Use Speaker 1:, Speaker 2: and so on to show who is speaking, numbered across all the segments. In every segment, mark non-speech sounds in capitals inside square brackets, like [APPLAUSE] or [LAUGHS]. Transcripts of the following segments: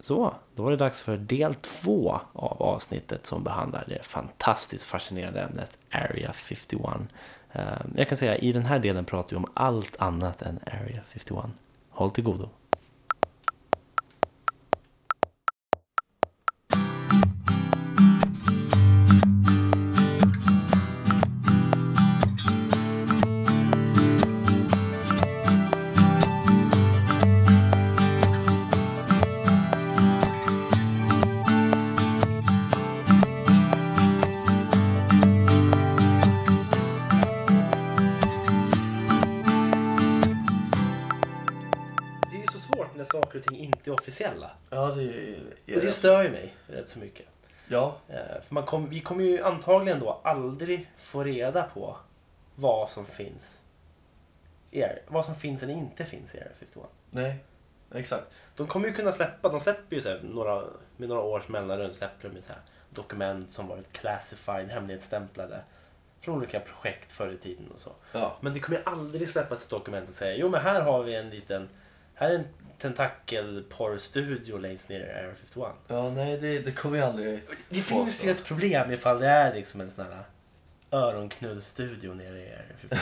Speaker 1: Så, då var det dags för del två av avsnittet som behandlar det fantastiskt fascinerande ämnet Area 51. Eh, Jag kan säga i den här delen pratar vi om allt annat än Area 51. Håll till godo. Det är ju så svårt när saker och ting inte är officiella.
Speaker 2: Ja, det är
Speaker 1: Och det stör ju mig rätt så mycket.
Speaker 2: Ja,
Speaker 1: Eh, För man kom, vi kommer ju antagligen då aldrig få reda på vad som finns i Area, vad som finns eller inte finns i Area 51.
Speaker 2: nej, exakt.
Speaker 1: De kommer ju kunna släppa, de släpper ju så här, några, med några års mellanrum släpper de ju så här, dokument som varit classified, hemlighetsstämplade. Från olika projekt förr i tiden och så.
Speaker 2: Ja.
Speaker 1: Men det kommer ju aldrig släppas ett dokument och säga jo men här har vi en liten, här är en tentakelporrstudio längst ner i Area 51.
Speaker 2: Ja, nej, det, det kommer jag aldrig
Speaker 1: Det finns ju ett problem ifall det är liksom en sån här öronknullstudio nere i Area 51.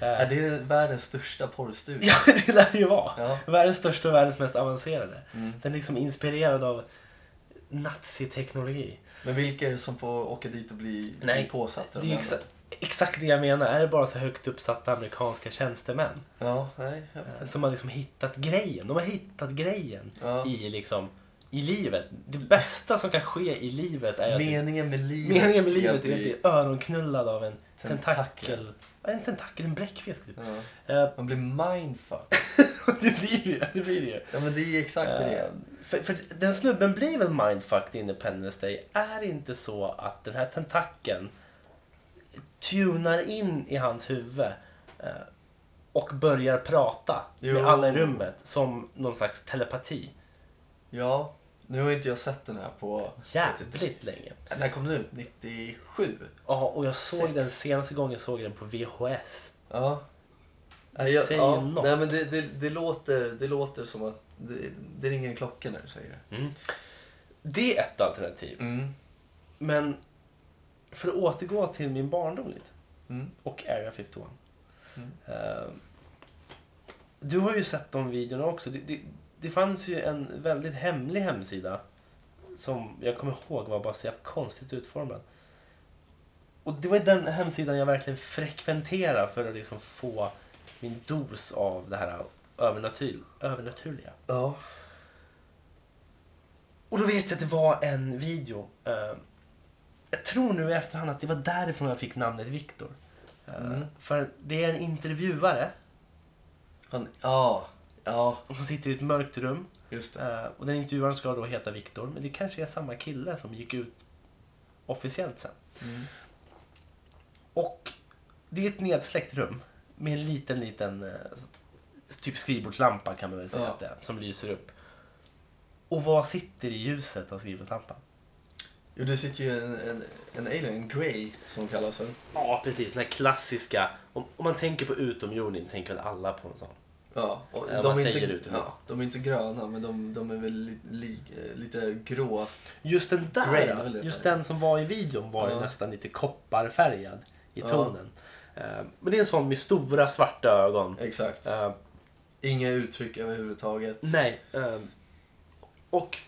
Speaker 2: Är
Speaker 1: Eh, [LAUGHS]
Speaker 2: det världens största porrstudio?
Speaker 1: Ja, det lär det ju vara.
Speaker 2: Ja.
Speaker 1: Världens största och världens mest avancerade.
Speaker 2: Mm.
Speaker 1: Den är liksom inspirerad av naziteknologi.
Speaker 2: Men vilka är det som får åka dit och bli,
Speaker 1: Nej,
Speaker 2: bli påsatta?
Speaker 1: Det är ju exa- exakt det jag menar. Är det bara så högt uppsatta amerikanska tjänstemän?
Speaker 2: Ja, nej, jag vet
Speaker 1: eh,
Speaker 2: inte.
Speaker 1: Som har liksom hittat grejen. De har hittat grejen
Speaker 2: Ja.
Speaker 1: i liksom i livet. Det bästa som kan ske i livet är att
Speaker 2: Meningen med livet.
Speaker 1: meningen med
Speaker 2: är att
Speaker 1: livet är att
Speaker 2: bli-
Speaker 1: bli öronknullad av en
Speaker 2: Tentakel.
Speaker 1: tentakel. Ja, En tentakel, en bläckfisk typ.
Speaker 2: Ja.
Speaker 1: Eh, [LAUGHS]
Speaker 2: Man blir mindfuck.
Speaker 1: det blir det ju. Det blir det ju.
Speaker 2: Ja, men det är ju exakt
Speaker 1: Eh,
Speaker 2: det.
Speaker 1: För, för den snubben blir väl mindfucked i Independence Day? Är det inte så att den här tentakeln tunar in i hans huvud eh, och börjar prata med
Speaker 2: Jo.
Speaker 1: alla i rummet som någon slags telepati?
Speaker 2: Ja, nu har inte jag sett den här på...
Speaker 1: Jävligt länge.
Speaker 2: När kom den ut? 97?
Speaker 1: Ja, och jag såg
Speaker 2: Sex.
Speaker 1: den senaste gången jag såg den på VHS.
Speaker 2: Ja.
Speaker 1: Det säger något.
Speaker 2: Nej, men det, det, det, låter, det låter som att det, det ringer en klocka när du säger det.
Speaker 1: Det är ett alternativ.
Speaker 2: Mm.
Speaker 1: Men för att återgå till min barndom lite.
Speaker 2: Mm.
Speaker 1: och Area 51.
Speaker 2: Mm.
Speaker 1: Eh, du har ju sett de videorna också. Det, det, det fanns ju en väldigt hemlig hemsida som jag kommer ihåg var bara så jävla konstigt utformad. Och det var ju den hemsidan jag verkligen frekventerade för att liksom få min dos av det här övernatur, övernaturliga.
Speaker 2: Ja.
Speaker 1: Och då vet jag att det var en video. eh, jag tror nu i efterhand att det var därifrån jag fick namnet Viktor. Eh,
Speaker 2: Mm.
Speaker 1: För det är en intervjuare
Speaker 2: Han, ja. Ja,
Speaker 1: Och som sitter i ett mörkt rum.
Speaker 2: just det.
Speaker 1: Eh, och den intervjuaren ska då heta Viktor. Men det kanske är samma kille som gick ut officiellt sen.
Speaker 2: Mm.
Speaker 1: Och det är ett nedsläckt rum. Med en liten, liten eh, s- typ skrivbordslampa kan man väl säga
Speaker 2: Ja.
Speaker 1: att det är. Som lyser upp. Och vad sitter i ljuset av skrivbordslampan?
Speaker 2: Jo, det sitter ju en, en, en alien, en grey, som hon kallas för.
Speaker 1: Ja, precis. Den här klassiska. Om, om man tänker på utomjording tänker väl alla på en sån.
Speaker 2: Ja, och
Speaker 1: Ja, man
Speaker 2: de, är
Speaker 1: säger
Speaker 2: inte,
Speaker 1: det.
Speaker 2: ja, de är inte gröna, men de, de är väl li, li, eh, lite grå.
Speaker 1: Just den där,
Speaker 2: Grey, det var det
Speaker 1: just
Speaker 2: färgen.
Speaker 1: den som var i videon var ju
Speaker 2: Ja.
Speaker 1: nästan lite kopparfärgad i
Speaker 2: Ja.
Speaker 1: tonen. Eh, Men det är en sån med stora svarta ögon.
Speaker 2: Exakt.
Speaker 1: Eh,
Speaker 2: Inga uttryck överhuvudtaget.
Speaker 1: Nej. eh, Och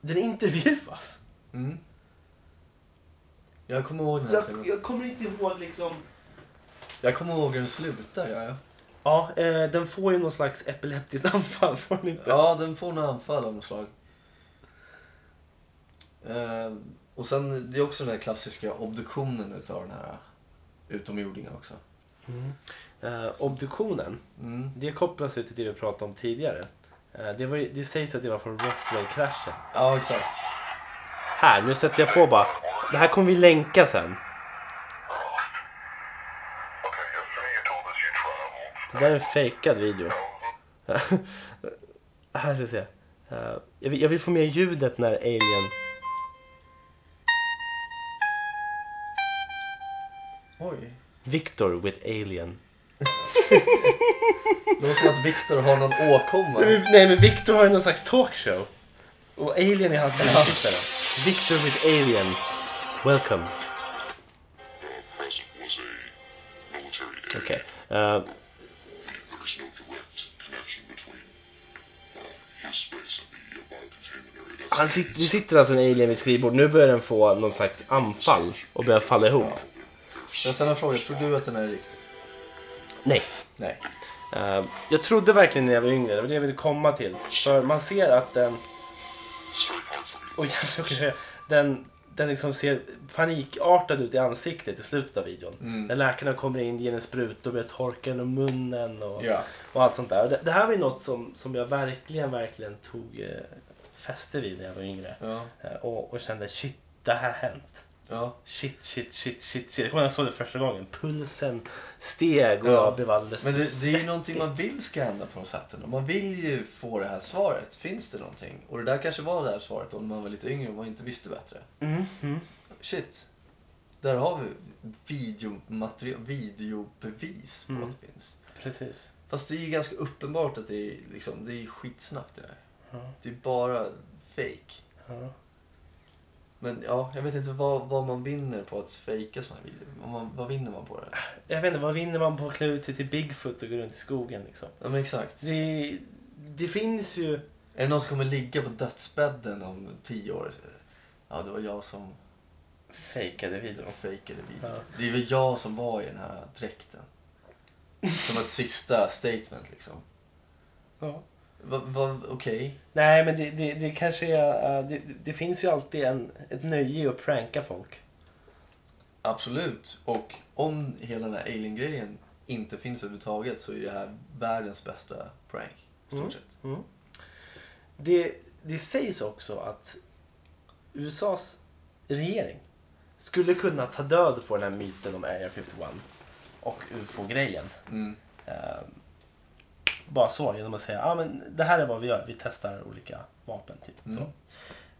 Speaker 1: den intervjuas.
Speaker 2: Mm. Jag kommer ihåg den här
Speaker 1: Jag,
Speaker 2: filmen.
Speaker 1: jag kommer inte ihåg liksom...
Speaker 2: Jag kommer ihåg hur den slutar, ja. ja.
Speaker 1: Ja, eh, den får ju någon slags epileptiskt [LAUGHS] anfall, får den inte?
Speaker 2: Ja, den får nog anfall av något slag. Eh, och sen, det är också den här klassiska obduktionen utav den här utomjordingen också.
Speaker 1: Eh, Obduktionen,
Speaker 2: Mm.
Speaker 1: det kopplas ju till det vi pratade om tidigare. Eh, Det, var ju, det sägs att det var från Roswell-kraschen.
Speaker 2: Ja, exakt.
Speaker 1: Här, nu sätter jag på bara. Det här kommer vi länka sen.
Speaker 3: Okay, yesterday you told us you traveled.
Speaker 1: Det där är en fejkad video. [LAUGHS] här ska vi se. Eh, jag, vill, jag vill få med ljudet när alien...
Speaker 2: Oj.
Speaker 1: Victor with alien.
Speaker 2: Det låter som att Viktor har någon åkomma.
Speaker 1: Nej men Victor har ju någon slags talkshow. Och Alien är hans bisittare. Victor with Alien. Welcome.
Speaker 3: The present was a military aid.
Speaker 1: Okej. Eh,
Speaker 3: There is no direct connection between uh, his space and the uh, biocontainment area. That's
Speaker 1: han sit, det sitter alltså en alien vid ett skrivbord. Nu börjar den få någon slags anfall och börjar falla ihop.
Speaker 2: Jag ställer en fråga, tror du att den är riktig?
Speaker 1: Nej.
Speaker 2: Nej.
Speaker 1: Eh, jag trodde verkligen när jag var yngre. Det var det jag ville komma till. För man ser att den...
Speaker 3: it's very hard for me.
Speaker 1: Oj, [LAUGHS] jag ska säga, den, den liksom ser panikartad ut i ansiktet i slutet av videon.
Speaker 2: Mm.
Speaker 1: När läkarna kommer in, ger en spruta och börjar torka den om munnen och,
Speaker 2: Ja.
Speaker 1: och allt sånt där. Och Det, det här var ju något som, som jag verkligen, verkligen tog eh, fäste vid när jag var yngre.
Speaker 2: Ja.
Speaker 1: Eh, och, och kände shit, det här har hänt.
Speaker 2: Ja.
Speaker 1: Shit, shit, shit, shit, shit. Jag kommer ihåg när jag såg det första gången. Pulsen steg och
Speaker 2: Ja.
Speaker 1: jag blev alldeles
Speaker 2: Men det, det är ju någonting man vill ska hända på något sätt ändå. Man vill ju få det här svaret. Finns det någonting? Och det där kanske var det här svaret om man var lite yngre och man inte visste bättre.
Speaker 1: Mm, mm.
Speaker 2: Shit. Där har vi videomaterial, videobevis på
Speaker 1: Mm.
Speaker 2: att det finns.
Speaker 1: Precis.
Speaker 2: Fast det är ju ganska uppenbart att det är, liksom, det är skitsnack det där.
Speaker 1: Ja,
Speaker 2: Det är bara fake.
Speaker 1: ja.
Speaker 2: Men ja, jag vet inte vad, vad man vinner på att fejka sådana här videor. Vad, man, vad vinner man på det?
Speaker 1: Jag vet inte, vad vinner man på att klä ut sig till Bigfoot och gå runt i skogen liksom?
Speaker 2: Ja men exakt.
Speaker 1: Det, det finns ju...
Speaker 2: Är det någon som kommer ligga på dödsbädden om tio år? Ja, det var jag som
Speaker 1: Fejkade videon.
Speaker 2: fejkade videon.
Speaker 1: Ja.
Speaker 2: Det är väl jag som var i den här dräkten. Som ett sista statement liksom.
Speaker 1: Ja.
Speaker 2: Va, va, Okej.
Speaker 1: Nej, men det, det, det kanske är... eh, Det, det finns ju alltid en, ett nöje i att pranka folk.
Speaker 2: Absolut. Och om hela den här alien-grejen inte finns överhuvudtaget så är det här världens bästa prank. i Stort
Speaker 1: Mm.
Speaker 2: sett.
Speaker 1: Det, det sägs också att USAs regering skulle kunna ta död på den här myten om Area 51 och UFO-grejen.
Speaker 2: Mm.
Speaker 1: Eh, bara så, genom att säga ah, men det här är vad vi gör, vi testar olika vapen. Typ,
Speaker 2: Mm.
Speaker 1: så.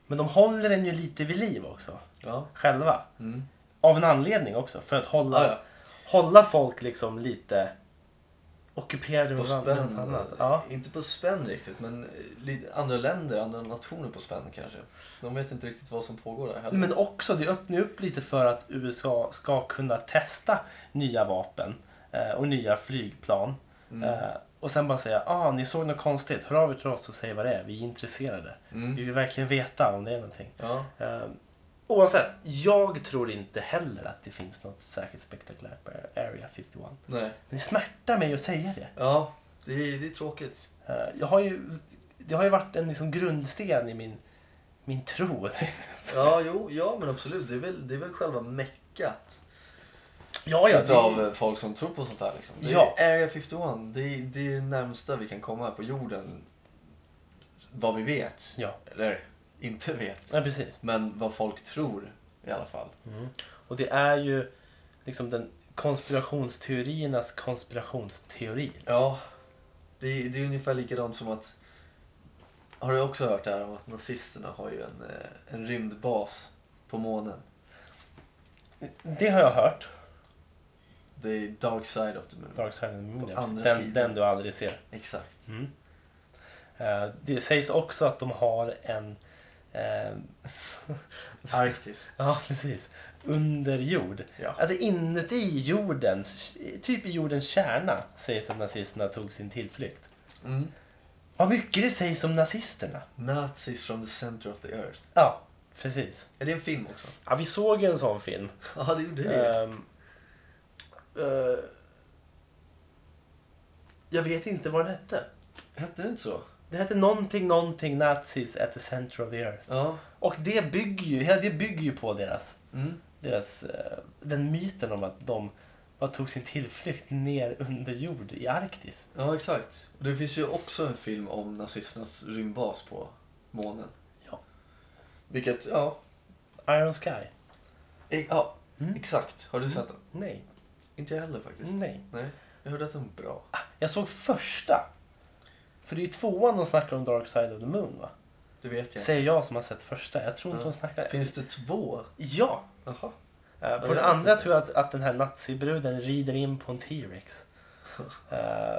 Speaker 1: Men de håller den ju lite vid liv också,
Speaker 2: Ja.
Speaker 1: själva.
Speaker 2: Mm.
Speaker 1: Av en anledning också, för att hålla,
Speaker 2: Ah, ja.
Speaker 1: hålla folk liksom lite ockuperade
Speaker 2: På
Speaker 1: med
Speaker 2: spänn.
Speaker 1: något annat. Ja.
Speaker 2: Inte på spänn riktigt, men lite andra länder, andra nationer på spänn kanske. De vet inte riktigt vad som pågår där heller.
Speaker 1: Men också, det öppnar ju upp lite för att USA ska kunna testa nya vapen eh, och nya flygplan.
Speaker 2: Mm.
Speaker 1: Eh, och sen bara säga, ah ni såg något konstigt, hör av er till oss och säg vad det är, vi är intresserade.
Speaker 2: Mm.
Speaker 1: Vi vill verkligen veta om det är någonting.
Speaker 2: Ja.
Speaker 1: Eh, oavsett, jag tror inte heller att det finns något särskilt spektakulärt på Area 51. Men
Speaker 2: Nej.
Speaker 1: det smärtar mig att säga det.
Speaker 2: Ja, det är, det är
Speaker 1: [LAUGHS]
Speaker 2: tråkigt.
Speaker 1: Eh, jag har ju, det har ju varit en liksom grundsten i min, min tro. [LAUGHS]
Speaker 2: Ja, jo, ja men absolut. Det är väl, det är väl själva meckat.
Speaker 1: ja, ja, det-
Speaker 2: Utav eh, folk som tror på sånt här liksom. Det är
Speaker 1: Ja.
Speaker 2: Area 51, det är, det är det närmsta vi kan komma på jorden. Vad vi vet.
Speaker 1: Ja,
Speaker 2: Eller, inte vet.
Speaker 1: ja, precis.
Speaker 2: Men vad folk tror i alla fall.
Speaker 1: Mm. Och det är ju liksom den konspirationsteoriernas konspirationsteori.
Speaker 2: Ja, det, det är ungefär likadant som att... Har du också hört det här om att nazisterna har ju en, eh, en rymdbas på månen?
Speaker 1: Det har jag hört.
Speaker 2: The dark side of the moon.
Speaker 1: Dark Side of the Moon, ja.
Speaker 2: andra
Speaker 1: den,
Speaker 2: sidan.
Speaker 1: den du aldrig ser.
Speaker 2: Exakt.
Speaker 1: Eh, det sägs också att de har en... eh, [LAUGHS]
Speaker 2: Arktis.
Speaker 1: ja, precis. Under jord.
Speaker 2: Ja.
Speaker 1: Alltså inuti jordens, typ i jordens kärna, sägs att nazisterna tog sin tillflykt.
Speaker 2: Mm.
Speaker 1: Vad mycket det sägs om nazisterna.
Speaker 2: Nazis from the center of the earth.
Speaker 1: Ja, precis.
Speaker 2: Är det en film också? [LAUGHS]
Speaker 1: Ja, vi såg ju en sån film.
Speaker 2: Ja, det gjorde vi.
Speaker 1: Ehm, eh, jag vet inte vad den hette.
Speaker 2: Hette det inte så?
Speaker 1: Det hette någonting, någonting Nazis at the center of the earth.
Speaker 2: Ja.
Speaker 1: Och det bygger ju, hela det bygger ju på deras,
Speaker 2: Mm.
Speaker 1: deras eh, den myten om att de bara tog sin tillflykt ner under jord i Arktis.
Speaker 2: Ja, exakt. Det finns ju också en film om nazisternas rymdbas på månen.
Speaker 1: Ja.
Speaker 2: Vilket, ja.
Speaker 1: Iron Sky?
Speaker 2: e- Ja,
Speaker 1: Mm.
Speaker 2: exakt. Har du sett den?
Speaker 1: Nej.
Speaker 2: Inte jag heller faktiskt.
Speaker 1: Nej.
Speaker 2: Nej. Jag hörde att den var bra.
Speaker 1: Ah, Jag såg första. För det är ju tvåan de snackar om Dark Side of the Moon va?
Speaker 2: Det vet jag.
Speaker 1: Säger jag som har sett första. Jag tror inte
Speaker 2: Ja.
Speaker 1: de snackar...
Speaker 2: Finns det två?
Speaker 1: Ja!
Speaker 2: Jaha.
Speaker 1: Eh,
Speaker 2: jag
Speaker 1: På
Speaker 2: vet
Speaker 1: den andra
Speaker 2: inte.
Speaker 1: tror jag att, att den här nazibruden rider in på en [LAUGHS] T-Rex. Eh,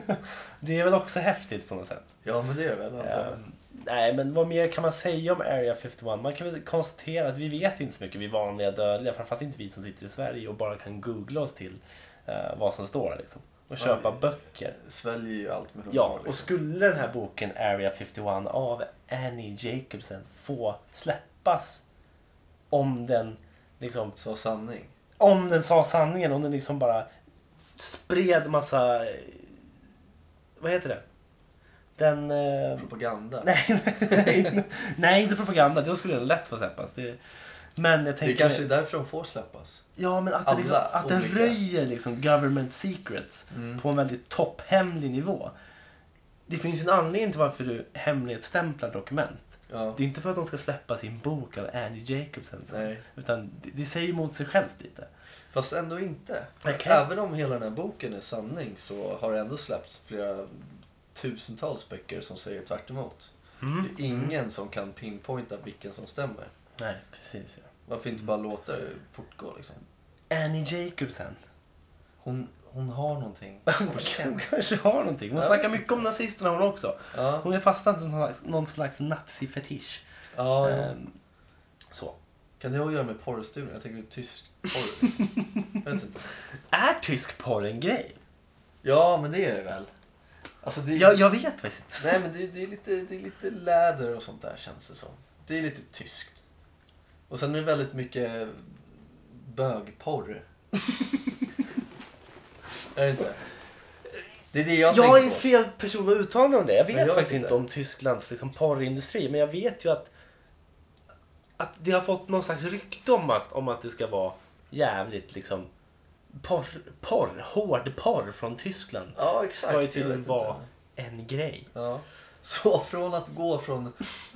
Speaker 1: [LAUGHS] det är väl också häftigt på något sätt.
Speaker 2: Ja, men det är det väl antar
Speaker 1: Eh,
Speaker 2: jag.
Speaker 1: Nej, men vad mer kan man säga om Area 51? Man kan väl konstatera att vi vet inte så mycket, vi vanliga dödliga. Framförallt inte vi som sitter i Sverige och bara kan googla oss till eh, vad som står liksom. Och köpa
Speaker 2: Ja,
Speaker 1: böcker.
Speaker 2: Sväljer ju allt med
Speaker 1: Ja, och
Speaker 2: liksom.
Speaker 1: skulle den här boken Area 51 av Annie Jacobsen få släppas om den liksom
Speaker 2: Så sanning.
Speaker 1: om den sa sanningen, om den liksom bara spred massa... eh, Vad heter det? Den... Eh,
Speaker 2: Propaganda.
Speaker 1: nej, [LAUGHS] nej, nej, inte propaganda. Det skulle den lätt få släppas. Det, men jag
Speaker 2: det
Speaker 1: tänker...
Speaker 2: kanske är därför de får släppas.
Speaker 1: ja, men att, det liksom,
Speaker 2: alla
Speaker 1: att den
Speaker 2: olika. Mm.
Speaker 1: röjer liksom government secrets på en väldigt topphemlig nivå. Det finns ju en anledning till varför du hemlighetsstämplar dokument.
Speaker 2: Ja.
Speaker 1: Det är inte för att de ska släppa sin bok av Annie Jacobsen. sen.
Speaker 2: Nej.
Speaker 1: Utan det, det säger emot sig självt lite.
Speaker 2: Fast ändå inte.
Speaker 1: Okej.
Speaker 2: Även om hela den här boken är sanning så har det ändå släppts flera tusentals böcker som säger tvärt emot. Det är ingen som kan pinpointa vilken som stämmer.
Speaker 1: Nej, precis. Ja.
Speaker 2: Varför inte bara låta det fortgå liksom?
Speaker 1: Annie Jacobsen. [LAUGHS]
Speaker 2: Hon, hon har någonting.
Speaker 1: Hon kanske har någonting. Hon
Speaker 2: Ja.
Speaker 1: snackar mycket om nazisterna hon också.
Speaker 2: Ja,
Speaker 1: Hon är fastnat i någon slags- någon slags nazi-fetisch.
Speaker 2: ja, ja.
Speaker 1: Ehm, så.
Speaker 2: Kan det ha att göra med porrstudion? Jag tänker det är tysk porr. Liksom. Jag vet inte.
Speaker 1: Är tysk porr en grej?
Speaker 2: Ja, men det är det väl? Alltså det,
Speaker 1: Jag, jag vet faktiskt inte.
Speaker 2: Nej, men det, det, är lite, det är lite läder och sånt där känns det som. Det är lite tyskt. Och sen är det väldigt mycket bögporr. är det inte? Det är det jag,
Speaker 1: Jag, är
Speaker 2: tänker på.
Speaker 1: fel person att uttala mig om det. Jag vet
Speaker 2: jag vet
Speaker 1: faktiskt
Speaker 2: inte.
Speaker 1: inte om Tysklands liksom, porrindustri. Men jag vet ju att, att det har fått någon slags rykte om att, om att det ska vara jävligt liksom porr, porr, hård porr från Tyskland.
Speaker 2: Ja, exakt.
Speaker 1: ska ju
Speaker 2: jag vet
Speaker 1: tydligen
Speaker 2: inte.
Speaker 1: vara en grej.
Speaker 2: Ja. Så från att gå från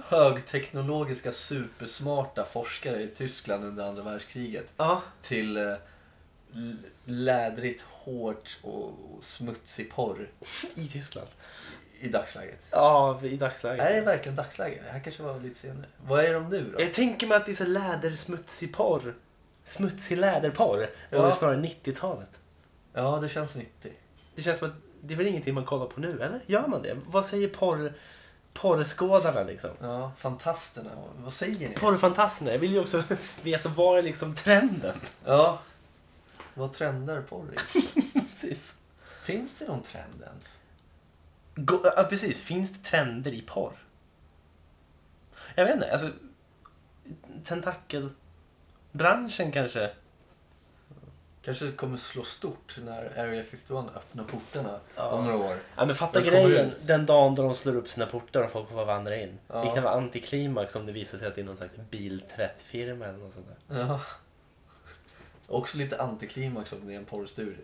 Speaker 2: högteknologiska supersmarta forskare i Tyskland under andra världskriget
Speaker 1: Ja.
Speaker 2: till eh, l- lädrigt, hårt och och smutsig porr
Speaker 1: I Tyskland.
Speaker 2: i dagsläget.
Speaker 1: Ja, i dagsläget.
Speaker 2: Är det verkligen dagsläge? Det här kanske var lite senare. Vad är de nu då?
Speaker 1: Jag tänker mig att det är så lädersmutsig porr. Smutsig läderporr. Det var
Speaker 2: Ja.
Speaker 1: ju snarare 90-talet.
Speaker 2: Ja, det känns 90.
Speaker 1: Det känns som att det är väl ingenting man kollar på nu, eller? Gör man det? Vad säger porr, porrskådarna liksom?
Speaker 2: Ja, fantasterna. Vad säger ni?
Speaker 1: Porrfantasterna. Jag vill ju också [LAUGHS] veta vad är liksom trenden? [LAUGHS]
Speaker 2: Ja. Vad trendar porr i?
Speaker 1: Precis.
Speaker 2: Finns det någon trend ens?
Speaker 1: Gå, ja, precis. Finns det trender i porr? Jag vet inte. Alltså, tentakelbranschen kanske?
Speaker 2: Kanske det kommer slå stort när Area 51 öppnar portarna
Speaker 1: Ja.
Speaker 2: om några år.
Speaker 1: Ja men fatta
Speaker 2: Den kommer
Speaker 1: grejen
Speaker 2: ut.
Speaker 1: den dagen då de slår upp sina portar och folk får vandra in.
Speaker 2: Ja.
Speaker 1: Det kan vara antiklimax om det visar sig att det är någon slags biltvättfirma eller något sånt där.
Speaker 2: Ja. Också lite antiklimax om det är en porrstudio.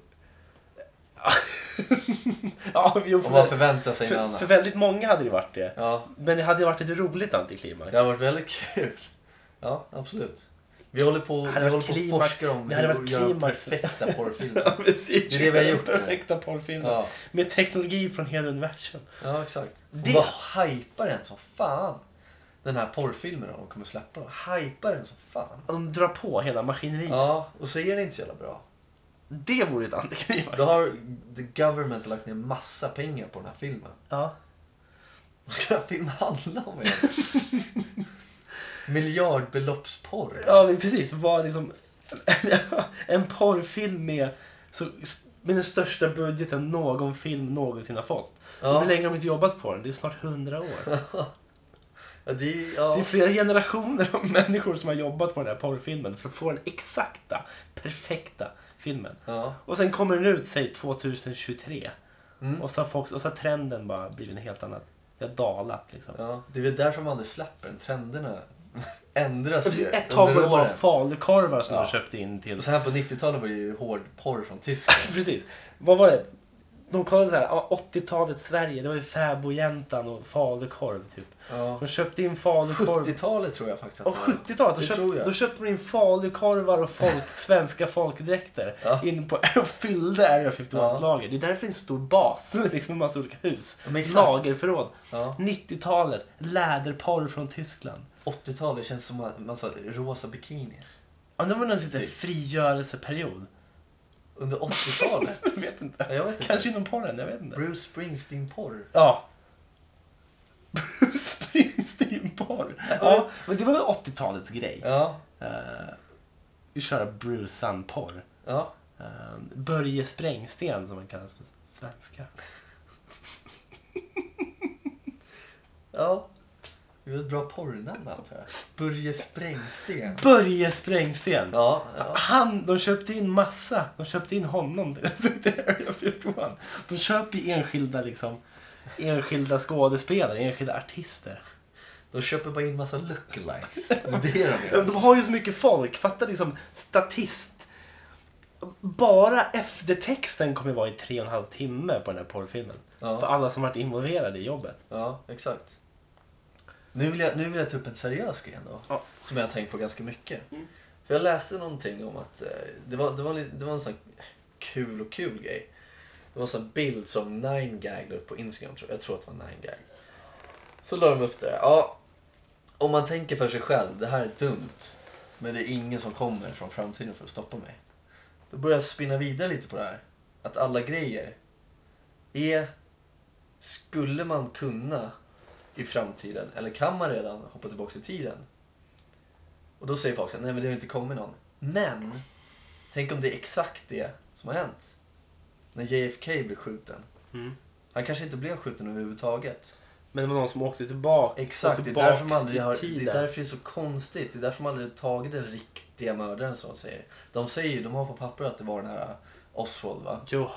Speaker 1: Ja, jo,
Speaker 2: Om man
Speaker 1: för,
Speaker 2: förväntar sig något
Speaker 1: för,
Speaker 2: annat.
Speaker 1: för väldigt många hade det varit det.
Speaker 2: Ja,
Speaker 1: Men det hade varit ett roligt antiklimax.
Speaker 2: det har varit väldigt kul. Ja, absolut. Vi håller på
Speaker 1: Det
Speaker 2: vi
Speaker 1: hade
Speaker 2: håller
Speaker 1: varit
Speaker 2: på och
Speaker 1: klimax-
Speaker 2: forskar om
Speaker 1: det hade
Speaker 2: hur
Speaker 1: varit
Speaker 2: att göra
Speaker 1: klimax.
Speaker 2: perfekta porrfilmer.
Speaker 1: [LAUGHS] Ja, precis.
Speaker 2: Det är det vi har gjort nu.
Speaker 1: Perfekta porrfilmer.
Speaker 2: Ja.
Speaker 1: Med teknologi från hela universum.
Speaker 2: Ja, exakt.
Speaker 1: Det-
Speaker 2: Det... Bara hypar den som fan. Den här porrfilmen de kommer släppa. Hypar den som fan.
Speaker 1: De drar på hela maskineriet.
Speaker 2: Ja, och så är den inte så jävla bra.
Speaker 1: Det vore ett antiklimax.
Speaker 2: Då har the government lagt ner massa pengar på den här filmen.
Speaker 1: Ja.
Speaker 2: Vad ska den här filmen handla om egentligen?
Speaker 1: [LAUGHS]
Speaker 2: Miljardbeloppsporr.
Speaker 1: Ja, men precis. Var liksom [LAUGHS] en porrfilm med, så, med den största budgeten någon film någonsin har fått.
Speaker 2: Ja.
Speaker 1: Hur länge har de inte jobbat på den? Det är snart hundra år.
Speaker 2: Ja, det är ju- ja.
Speaker 1: Det är flera generationer av människor som har jobbat på den här porrfilmen för att få den exakta, perfekta filmen.
Speaker 2: ja.
Speaker 1: Och sen kommer den ut, säg 2023.
Speaker 2: Mm.
Speaker 1: Och, så har folk, och så har trenden bara blivit en helt annan. Det har dalat liksom.
Speaker 2: ja. Det är väl därför man aldrig släpper den. Trenderna [LAUGHS] ändras ju
Speaker 1: Ett tag var det
Speaker 2: under
Speaker 1: bara
Speaker 2: åren.
Speaker 1: falukorvar som
Speaker 2: Ja.
Speaker 1: de köpte in till
Speaker 2: Och sen här på 90-talet var det ju hård porr från
Speaker 1: [LAUGHS]
Speaker 2: Tyskland.
Speaker 1: Precis. Vad var det? De kollade så här, ja, 80-talets Sverige, det var ju fäbodjäntan och falukorv typ.
Speaker 2: Ja.
Speaker 1: De köpte in falukorv.
Speaker 2: 70-talet tror jag faktiskt att
Speaker 1: Och
Speaker 2: det var.
Speaker 1: 70-talet, då,
Speaker 2: Det tror
Speaker 1: köpt,
Speaker 2: jag.
Speaker 1: då köpte de in falukorvar och
Speaker 2: [LAUGHS]
Speaker 1: folk, svenska folkdräkter.
Speaker 2: Ja.
Speaker 1: In på, [LAUGHS] och fyllde Area 51
Speaker 2: Ja.
Speaker 1: lager. Det är därför det är en så stor bas. [LAUGHS] Liksom en massa olika hus.
Speaker 2: Ja, men exakt.
Speaker 1: Lagerförråd.
Speaker 2: Ja.
Speaker 1: 90-talet, läderporr från Tyskland.
Speaker 2: 80-talet känns som en massa rosa bikinis.
Speaker 1: Ja, det var någon sån här
Speaker 2: Typ.
Speaker 1: frigörelseperiod. [LAUGHS]
Speaker 2: Under 80-talet?
Speaker 1: Jag vet inte.
Speaker 2: Ja, jag vet inte.
Speaker 1: Kanske inom porren, jag vet inte. [LAUGHS]
Speaker 2: Bruce Springsteen-porr.
Speaker 1: Ja. Bruce Springsteen. Vinbar. Ja, men det var väl 80-talets grej. Eh,
Speaker 2: Ja,
Speaker 1: Uh, köra brusan-porr.
Speaker 2: ja.
Speaker 1: Eh, Börje Sprängsten som han kallas på svenska.
Speaker 2: ja. Vi har ett bra porrnamn antar jag. Börje Sprängsten.
Speaker 1: Börje Sprängsten!
Speaker 2: Ja, ja.
Speaker 1: Han, de köpte in massa. De köpte in honom [LAUGHS] till Area 51. De köper ju enskilda liksom, enskilda skådespelare, enskilda artister.
Speaker 2: De köper bara in massa lookalikes. Det är det de
Speaker 1: Ja,
Speaker 2: gör.
Speaker 1: De har ju så mycket folk, fatta liksom statist. Bara eftertexten kommer vara i tre och en halv timme på den här porrfilmen.
Speaker 2: Ja.
Speaker 1: För alla som varit involverade i jobbet.
Speaker 2: Ja, exakt. Nu vill, jag, nu vill jag ta upp en seriös grej ändå.
Speaker 1: Ja.
Speaker 2: Som jag har tänkt på ganska mycket. För jag läste någonting om att eh, det var, det var, en, li- det var en sån kul och kul grej. Det var en sån bild som 9gag la upp på Instagram. Tror jag. jag tror att det var 9gag. Så la de upp det. Ja, om man tänker för sig själv, det här är dumt. Men det är ingen som kommer från framtiden för att stoppa mig. Då börjar jag spinna vidare lite på det här. Att alla grejer är... Skulle man kunna i framtiden, eller kan man redan hoppa tillbaka i tiden? Och då säger folk så här, nej men det har inte kommit någon. Men! Tänk om det är exakt det som har hänt. När JFK blev skjuten. Han kanske inte blev skjuten överhuvudtaget.
Speaker 1: Mm. Men det var någon som åkte tillbaka.
Speaker 2: Exakt, det är,
Speaker 1: tillbaks
Speaker 2: därför man aldrig har,
Speaker 1: i tiden.
Speaker 2: det är därför det är så konstigt. Det är därför man aldrig har tagit den riktiga mördaren som de säger. De säger ju, de har på papper att det var den här Oswald va?
Speaker 1: Joe,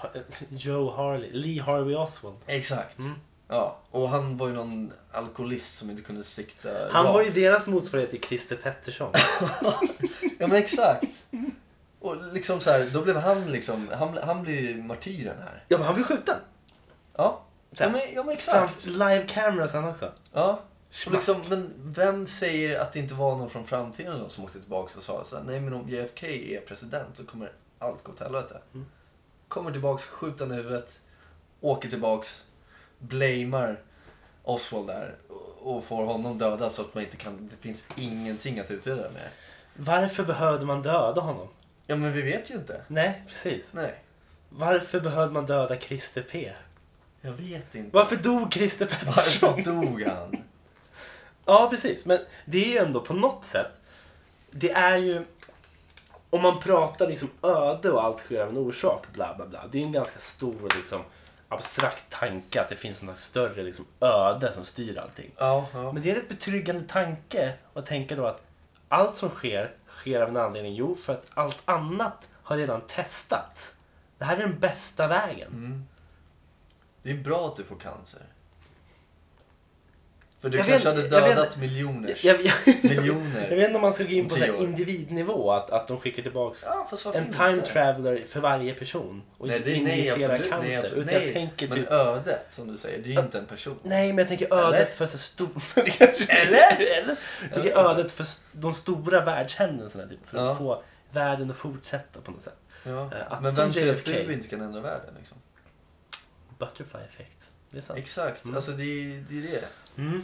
Speaker 1: Joe Harley, Lee Harvey Oswald.
Speaker 2: Exakt.
Speaker 1: Mm.
Speaker 2: Ja, och han var ju någon alkoholist som inte kunde sikta
Speaker 1: Han
Speaker 2: rakt.
Speaker 1: var ju deras motsvarighet till Christer Pettersson.
Speaker 2: Ja men exakt. Och liksom så här, då blev han liksom, han, han blev ju martyren här.
Speaker 1: ja, men han blev skjuten.
Speaker 2: Ja,
Speaker 1: Så
Speaker 2: ja
Speaker 1: här.
Speaker 2: men, ja, men exakt.
Speaker 1: Samt live cameras han också.
Speaker 2: Ja. Och liksom, men vem säger att det inte var någon från framtiden då som åkte tillbaka och sa så här, nej men om JFK är president så kommer allt gå åt helvete. Kommer tillbaks, skjuter han i huvudet, åker tillbaks, blamear Oswald där och och får honom dödad så att man inte kan, det finns ingenting att utreda med.
Speaker 1: Varför behövde man döda honom?
Speaker 2: Ja men vi vet ju inte.
Speaker 1: Nej, precis.
Speaker 2: Nej,
Speaker 1: Varför behövde man döda Christer P?
Speaker 2: jag vet inte.
Speaker 1: Varför dog Christer
Speaker 2: Varför
Speaker 1: Pettersson?
Speaker 2: dog han?
Speaker 1: [LAUGHS] Ja, precis. Men det är ju ändå på något sätt. Det är ju... Om man pratar liksom öde och allt sker av en orsak, bla bla bla. Det är en ganska stor liksom, abstrakt tanke att det finns något större liksom, öde som styr allting.
Speaker 2: Ja, ja.
Speaker 1: Men det är en rätt betryggande tanke att tänka då att allt som sker, sker av en anledning. Jo, för att allt annat har redan testats. Det här är den bästa vägen.
Speaker 2: Det är bra att du får cancer. För du
Speaker 1: Jag
Speaker 2: kanske
Speaker 1: vet-
Speaker 2: hade
Speaker 1: jag vet-
Speaker 2: dödat miljoner.
Speaker 1: Jag, jag,
Speaker 2: Miljoner.
Speaker 1: jag vet inte om man ska gå in på
Speaker 2: Tio
Speaker 1: så här
Speaker 2: år.
Speaker 1: individnivå, att, att de skickar tillbaks
Speaker 2: Ja, fast varför
Speaker 1: en
Speaker 2: inte?
Speaker 1: time traveler för varje person och
Speaker 2: Nej, det, nej,
Speaker 1: injicerar
Speaker 2: absolut,
Speaker 1: cancer.
Speaker 2: nej, absolut,
Speaker 1: utan
Speaker 2: nej,
Speaker 1: jag tänker
Speaker 2: men
Speaker 1: typ...
Speaker 2: ödet som du säger, det är ju inte en person.
Speaker 1: Nej, men jag tänker ödet
Speaker 2: Eller?
Speaker 1: för så [LAUGHS] stora... Eller? [LAUGHS] Eller? Jag
Speaker 2: vet
Speaker 1: tänker
Speaker 2: inte.
Speaker 1: ödet för s- de stora världshändelserna, typ, för
Speaker 2: Ja.
Speaker 1: att få världen att fortsätta på något sätt.
Speaker 2: Ja.
Speaker 1: Eh, att
Speaker 2: Men
Speaker 1: som
Speaker 2: vem säger att
Speaker 1: JFK.
Speaker 2: du inte kan ändra världen? Liksom?
Speaker 1: Butterfly effect. Det är sant.
Speaker 2: Exakt, alltså det är det. Är det.
Speaker 1: Mm.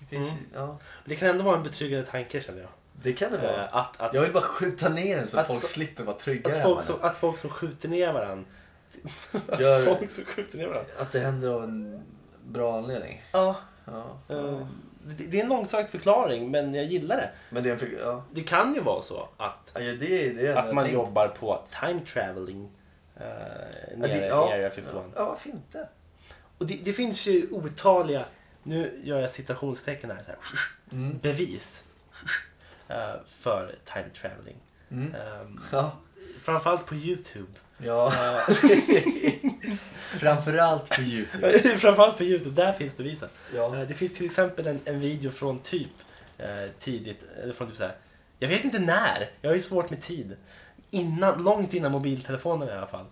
Speaker 2: Det, finns, ju- ja.
Speaker 1: Det kan ändå vara en betryggande tanke känner jag.
Speaker 2: det kan det vara.
Speaker 1: Eh, Att, att,
Speaker 2: Jag vill bara skjuta ner den så
Speaker 1: Att
Speaker 2: folk
Speaker 1: så-
Speaker 2: slipper vara trygga
Speaker 1: att,
Speaker 2: hemma.
Speaker 1: folk som, att folk som skjuter ner varandra. [LAUGHS]
Speaker 2: Gör-
Speaker 1: Att folk som skjuter ner varandra.
Speaker 2: Att det händer av en bra anledning.
Speaker 1: Ja,
Speaker 2: Ja.
Speaker 1: eh, det, det är en långsökt förklaring men jag gillar det.
Speaker 2: Men det är en... för- Ja.
Speaker 1: Det kan ju vara så att,
Speaker 2: Ja, det, är- det är
Speaker 1: att man
Speaker 2: jobbar.
Speaker 1: jobbar på time traveling eh,
Speaker 2: Ja,
Speaker 1: nere
Speaker 2: det,
Speaker 1: i Area
Speaker 2: ja,
Speaker 1: 51.
Speaker 2: ja, ja, varför inte?
Speaker 1: Och det, det finns ju otaliga, nu gör jag citationstecken här, så här
Speaker 2: Mm.
Speaker 1: bevis eh, för time traveling.
Speaker 2: Mm.
Speaker 1: Um,
Speaker 2: Ja.
Speaker 1: framförallt på Youtube. [LAUGHS]
Speaker 2: ja. [LAUGHS] Framförallt på Youtube.
Speaker 1: Framförallt på Youtube, där finns bevisen.
Speaker 2: Ja.
Speaker 1: Eh, Det finns till exempel en, en video från typ eh, tidigt, eller från typ så här. jag vet inte när, jag har ju svårt med tid. Innan, långt innan mobiltelefonen i alla fall.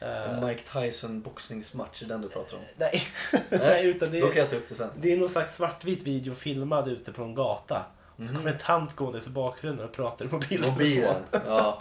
Speaker 1: Eh,
Speaker 2: Och Mike Tyson boxningsmatch, är den du pratar om?
Speaker 1: nej, [LAUGHS] nej, utan det
Speaker 2: Då kan
Speaker 1: är,
Speaker 2: jag ta upp det sen.
Speaker 1: det är någon slags svartvit video filmad ute på en gata. Och så kommer en tant gåendes i bakgrunden och pratar i mobilen.
Speaker 2: Mobilen, ja.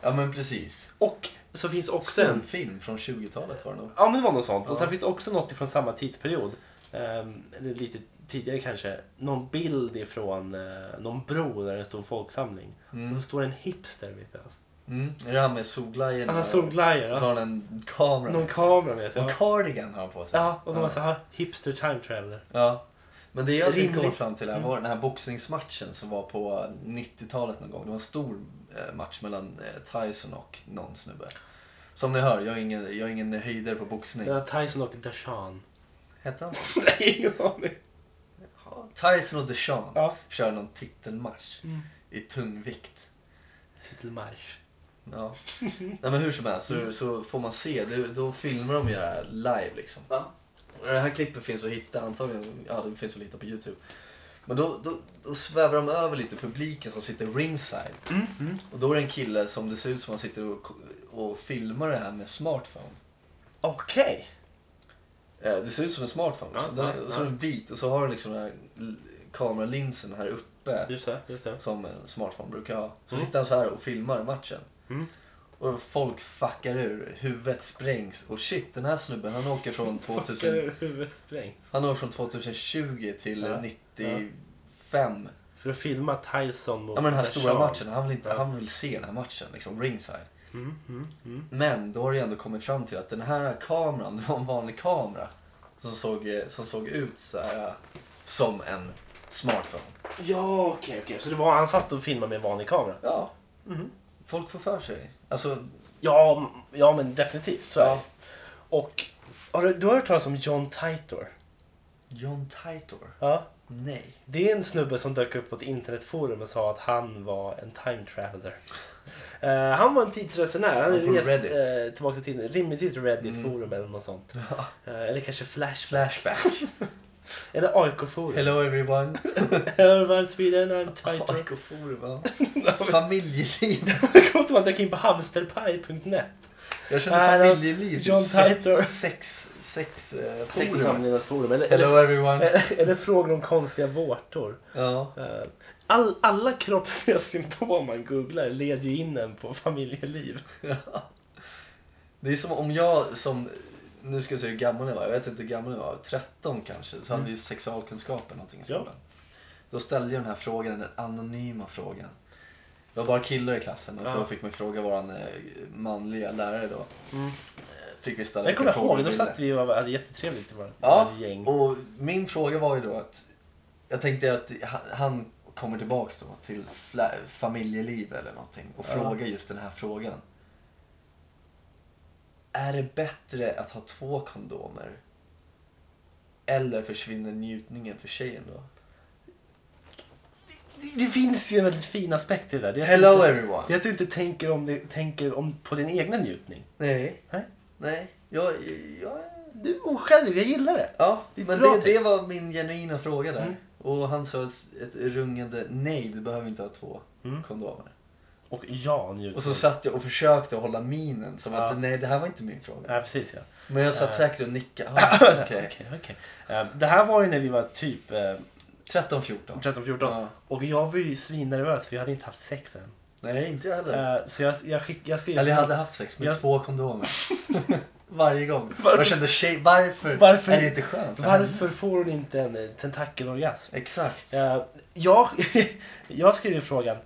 Speaker 2: Ja men precis.
Speaker 1: Och så finns också en
Speaker 2: En film från 20-talet var det nog.
Speaker 1: Ja, men det var något sånt. Och sen finns det också något från samma tidsperiod. ehm, Eller lite tidigare kanske. Någon bild ifrån eh, någon bro där det stod folksamling. Och så står det en hipster, vet jag.
Speaker 2: Mm. Är det han med solglajjorna?
Speaker 1: Han har solglajjor.
Speaker 2: Och så
Speaker 1: ja.
Speaker 2: har han en kamera
Speaker 1: Någon
Speaker 2: med sig.
Speaker 1: kamera med sig.
Speaker 2: Och
Speaker 1: ja.
Speaker 2: cardigan har han på sig.
Speaker 1: Ja, och de var så här hipster time traveler.
Speaker 2: Ja. Men det jag tänkte komma
Speaker 1: Rimligt.
Speaker 2: fram till här var den här boxningsmatchen som var på 90-talet någon gång. Det var en stor eh, match mellan eh, Tyson och någon snubbe. Som ni hör, jag är ingen, jag är ingen höjdare på boxning.
Speaker 1: Det var Tyson och Dashan.
Speaker 2: Hette han
Speaker 1: [LAUGHS] Nej, ingen aning.
Speaker 2: Ja, Tyson och DeShawn
Speaker 1: Ja.
Speaker 2: kör någon titelmatch
Speaker 1: Mm.
Speaker 2: i tungvikt.
Speaker 1: Titelmarsch.
Speaker 2: Ja. Nej, men hur som helst så, så får man se. Det, då filmar de ju det här live liksom.
Speaker 1: Ja.
Speaker 2: Och Det här klippet finns att hitta antagligen. Ja, det finns att hitta på Youtube. Men då, då, då svävar de över lite publiken som sitter ringside.
Speaker 1: Mm,
Speaker 2: Och då är det en kille som det ser ut som han sitter och, och filmar det här med smartphone.
Speaker 1: Okej.
Speaker 2: Eh, Det ser ut som en smartphone.
Speaker 1: Ja,
Speaker 2: så den,
Speaker 1: ja,
Speaker 2: och så är den vit och så har den liksom den här l- kameralinsen här uppe.
Speaker 1: Just det, just det.
Speaker 2: som en smartphone brukar ha. Så
Speaker 1: Mm.
Speaker 2: sitter han så här och filmar matchen.
Speaker 1: Mm.
Speaker 2: Och folk fuckar ur, huvudet sprängs och shit den här snubben han åker från, 2000,
Speaker 1: [LAUGHS] Fuckar eh, huvudet sprängs.
Speaker 2: han åker från 2020 till
Speaker 1: Ja.
Speaker 2: 95.
Speaker 1: För att filma Tyson mot
Speaker 2: Ja men den här stora
Speaker 1: Deshaun.
Speaker 2: matchen, han vill, inte,
Speaker 1: Ja.
Speaker 2: han vill se den här matchen liksom ringside.
Speaker 1: Mm, mm, mm.
Speaker 2: Men då har det ju ändå kommit fram till att den här kameran, [LAUGHS] det var en vanlig kamera som såg, eh, som såg ut så här eh, som en smartphone.
Speaker 1: Ja, okej, okej. Så det var, han satt och filmade med en vanlig kamera?
Speaker 2: Ja.
Speaker 1: Mm-hmm.
Speaker 2: Folk får för sig. Alltså,
Speaker 1: Ja, m- ja men definitivt. Så är
Speaker 2: Ja.
Speaker 1: det. Och har du, du har hört talas om John Titor?
Speaker 2: John Titor.
Speaker 1: Ja.
Speaker 2: Nej.
Speaker 1: Det är en snubbe som dök upp på ett internetforum och sa att han var en time traveler. Eh, han var en tidsresenär. Han
Speaker 2: Han
Speaker 1: hade
Speaker 2: på
Speaker 1: rest
Speaker 2: Reddit. Mm.
Speaker 1: eh, tillbaka till tiden. Rimligtvis Reddit-forum eller något sånt. Eh, eller kanske Flash.
Speaker 2: Flashback.
Speaker 1: [LAUGHS] Eller AIK-forum.
Speaker 2: Hello everyone.
Speaker 1: Hello everyone Sweden,
Speaker 2: [LAUGHS]
Speaker 1: I'm Titor. [LAUGHS]
Speaker 2: AIK-forum. Familjeliv.
Speaker 1: Coolt om man dök in på hamsterpaj.net.
Speaker 2: Jag
Speaker 1: Nej,
Speaker 2: känner
Speaker 1: då-
Speaker 2: familjeliv. Typ
Speaker 1: John
Speaker 2: Sex-
Speaker 1: Titor.
Speaker 2: Sex, sex, eh,
Speaker 1: Sex Eh. och
Speaker 2: forum.
Speaker 1: samlevnadsforum. Eller,
Speaker 2: Hello
Speaker 1: eller,
Speaker 2: everyone.
Speaker 1: [LAUGHS] eller frågor om konstiga vårtor.
Speaker 2: Ja.
Speaker 1: Eh, All, alla kroppsliga [LAUGHS] symptom man googlar leder ju in en på familjeliv.
Speaker 2: Det är som om jag som, nu ska jag säga hur gammal jag var, jag vet inte hur gammal jag var, 13 kanske, så hade vi sexualkunskap eller någonting i
Speaker 1: Mm. Ja.
Speaker 2: skolan. Då ställde jag den här frågan, den anonyma frågan. Det var bara killar i klassen och så
Speaker 1: Ja.
Speaker 2: fick man fråga våran eh, manliga lärare då.
Speaker 1: Mm.
Speaker 2: Fick vi ställa
Speaker 1: Jag kommer
Speaker 2: vilka frågor
Speaker 1: ihåg,
Speaker 2: vi
Speaker 1: då
Speaker 2: ville.
Speaker 1: satt vi och hade jättetrevligt till vårt
Speaker 2: Ja,
Speaker 1: vårt gäng.
Speaker 2: och min fråga var ju då att jag tänkte att han- han kommer tillbaks då till fla- familjeliv eller någonting och
Speaker 1: Ja.
Speaker 2: frågar just den här frågan. Är det bättre att ha två kondomer? Eller försvinner njutningen för tjejen då?
Speaker 1: Det, det finns ju en väldigt fin aspekt i det där. Det är att
Speaker 2: Hello
Speaker 1: du inte,
Speaker 2: everyone!
Speaker 1: Det är att du inte tänker, om det, tänker om, på din egna njutning.
Speaker 2: Nej,
Speaker 1: Nej.
Speaker 2: nej, jag... jag
Speaker 1: Du är osjälvisk, jag gillar det.
Speaker 2: ja,
Speaker 1: Det är
Speaker 2: men
Speaker 1: bra
Speaker 2: det,
Speaker 1: tänkt.
Speaker 2: det var min genuina fråga där.
Speaker 1: Mm.
Speaker 2: Och han sa ett, ett rungande nej, du behöver inte ha två
Speaker 1: Mm.
Speaker 2: kondomer.
Speaker 1: Och ja, njutning.
Speaker 2: Och så satt jag och försökte hålla minen som
Speaker 1: Ja.
Speaker 2: att nej det här var inte min fråga.
Speaker 1: Ja, precis ja.
Speaker 2: Men jag satt
Speaker 1: Ja.
Speaker 2: säkert
Speaker 1: [LAUGHS]
Speaker 2: och nickade. Ah,
Speaker 1: Okej,
Speaker 2: okej.
Speaker 1: okej. Eh, Det här var ju när vi var typ eh,
Speaker 2: 13-14.
Speaker 1: 13-14.
Speaker 2: Ja.
Speaker 1: Och jag var ju svinnervös för jag hade inte haft sex än.
Speaker 2: Nej inte jag heller.
Speaker 1: Eh, Så jag, jag, skick, jag skrev...
Speaker 2: Eller jag hade haft sex med
Speaker 1: Ja.
Speaker 2: två kondomer.
Speaker 1: [LAUGHS]
Speaker 2: Varje gång.
Speaker 1: Varför-
Speaker 2: Jag kände tjej, varför,
Speaker 1: Varför-
Speaker 2: är det inte skönt? för henne?
Speaker 1: Varför får hon inte en eh, tentakelorgasm?
Speaker 2: Exakt.
Speaker 1: Eh, jag, [LAUGHS] jag skrev ju frågan.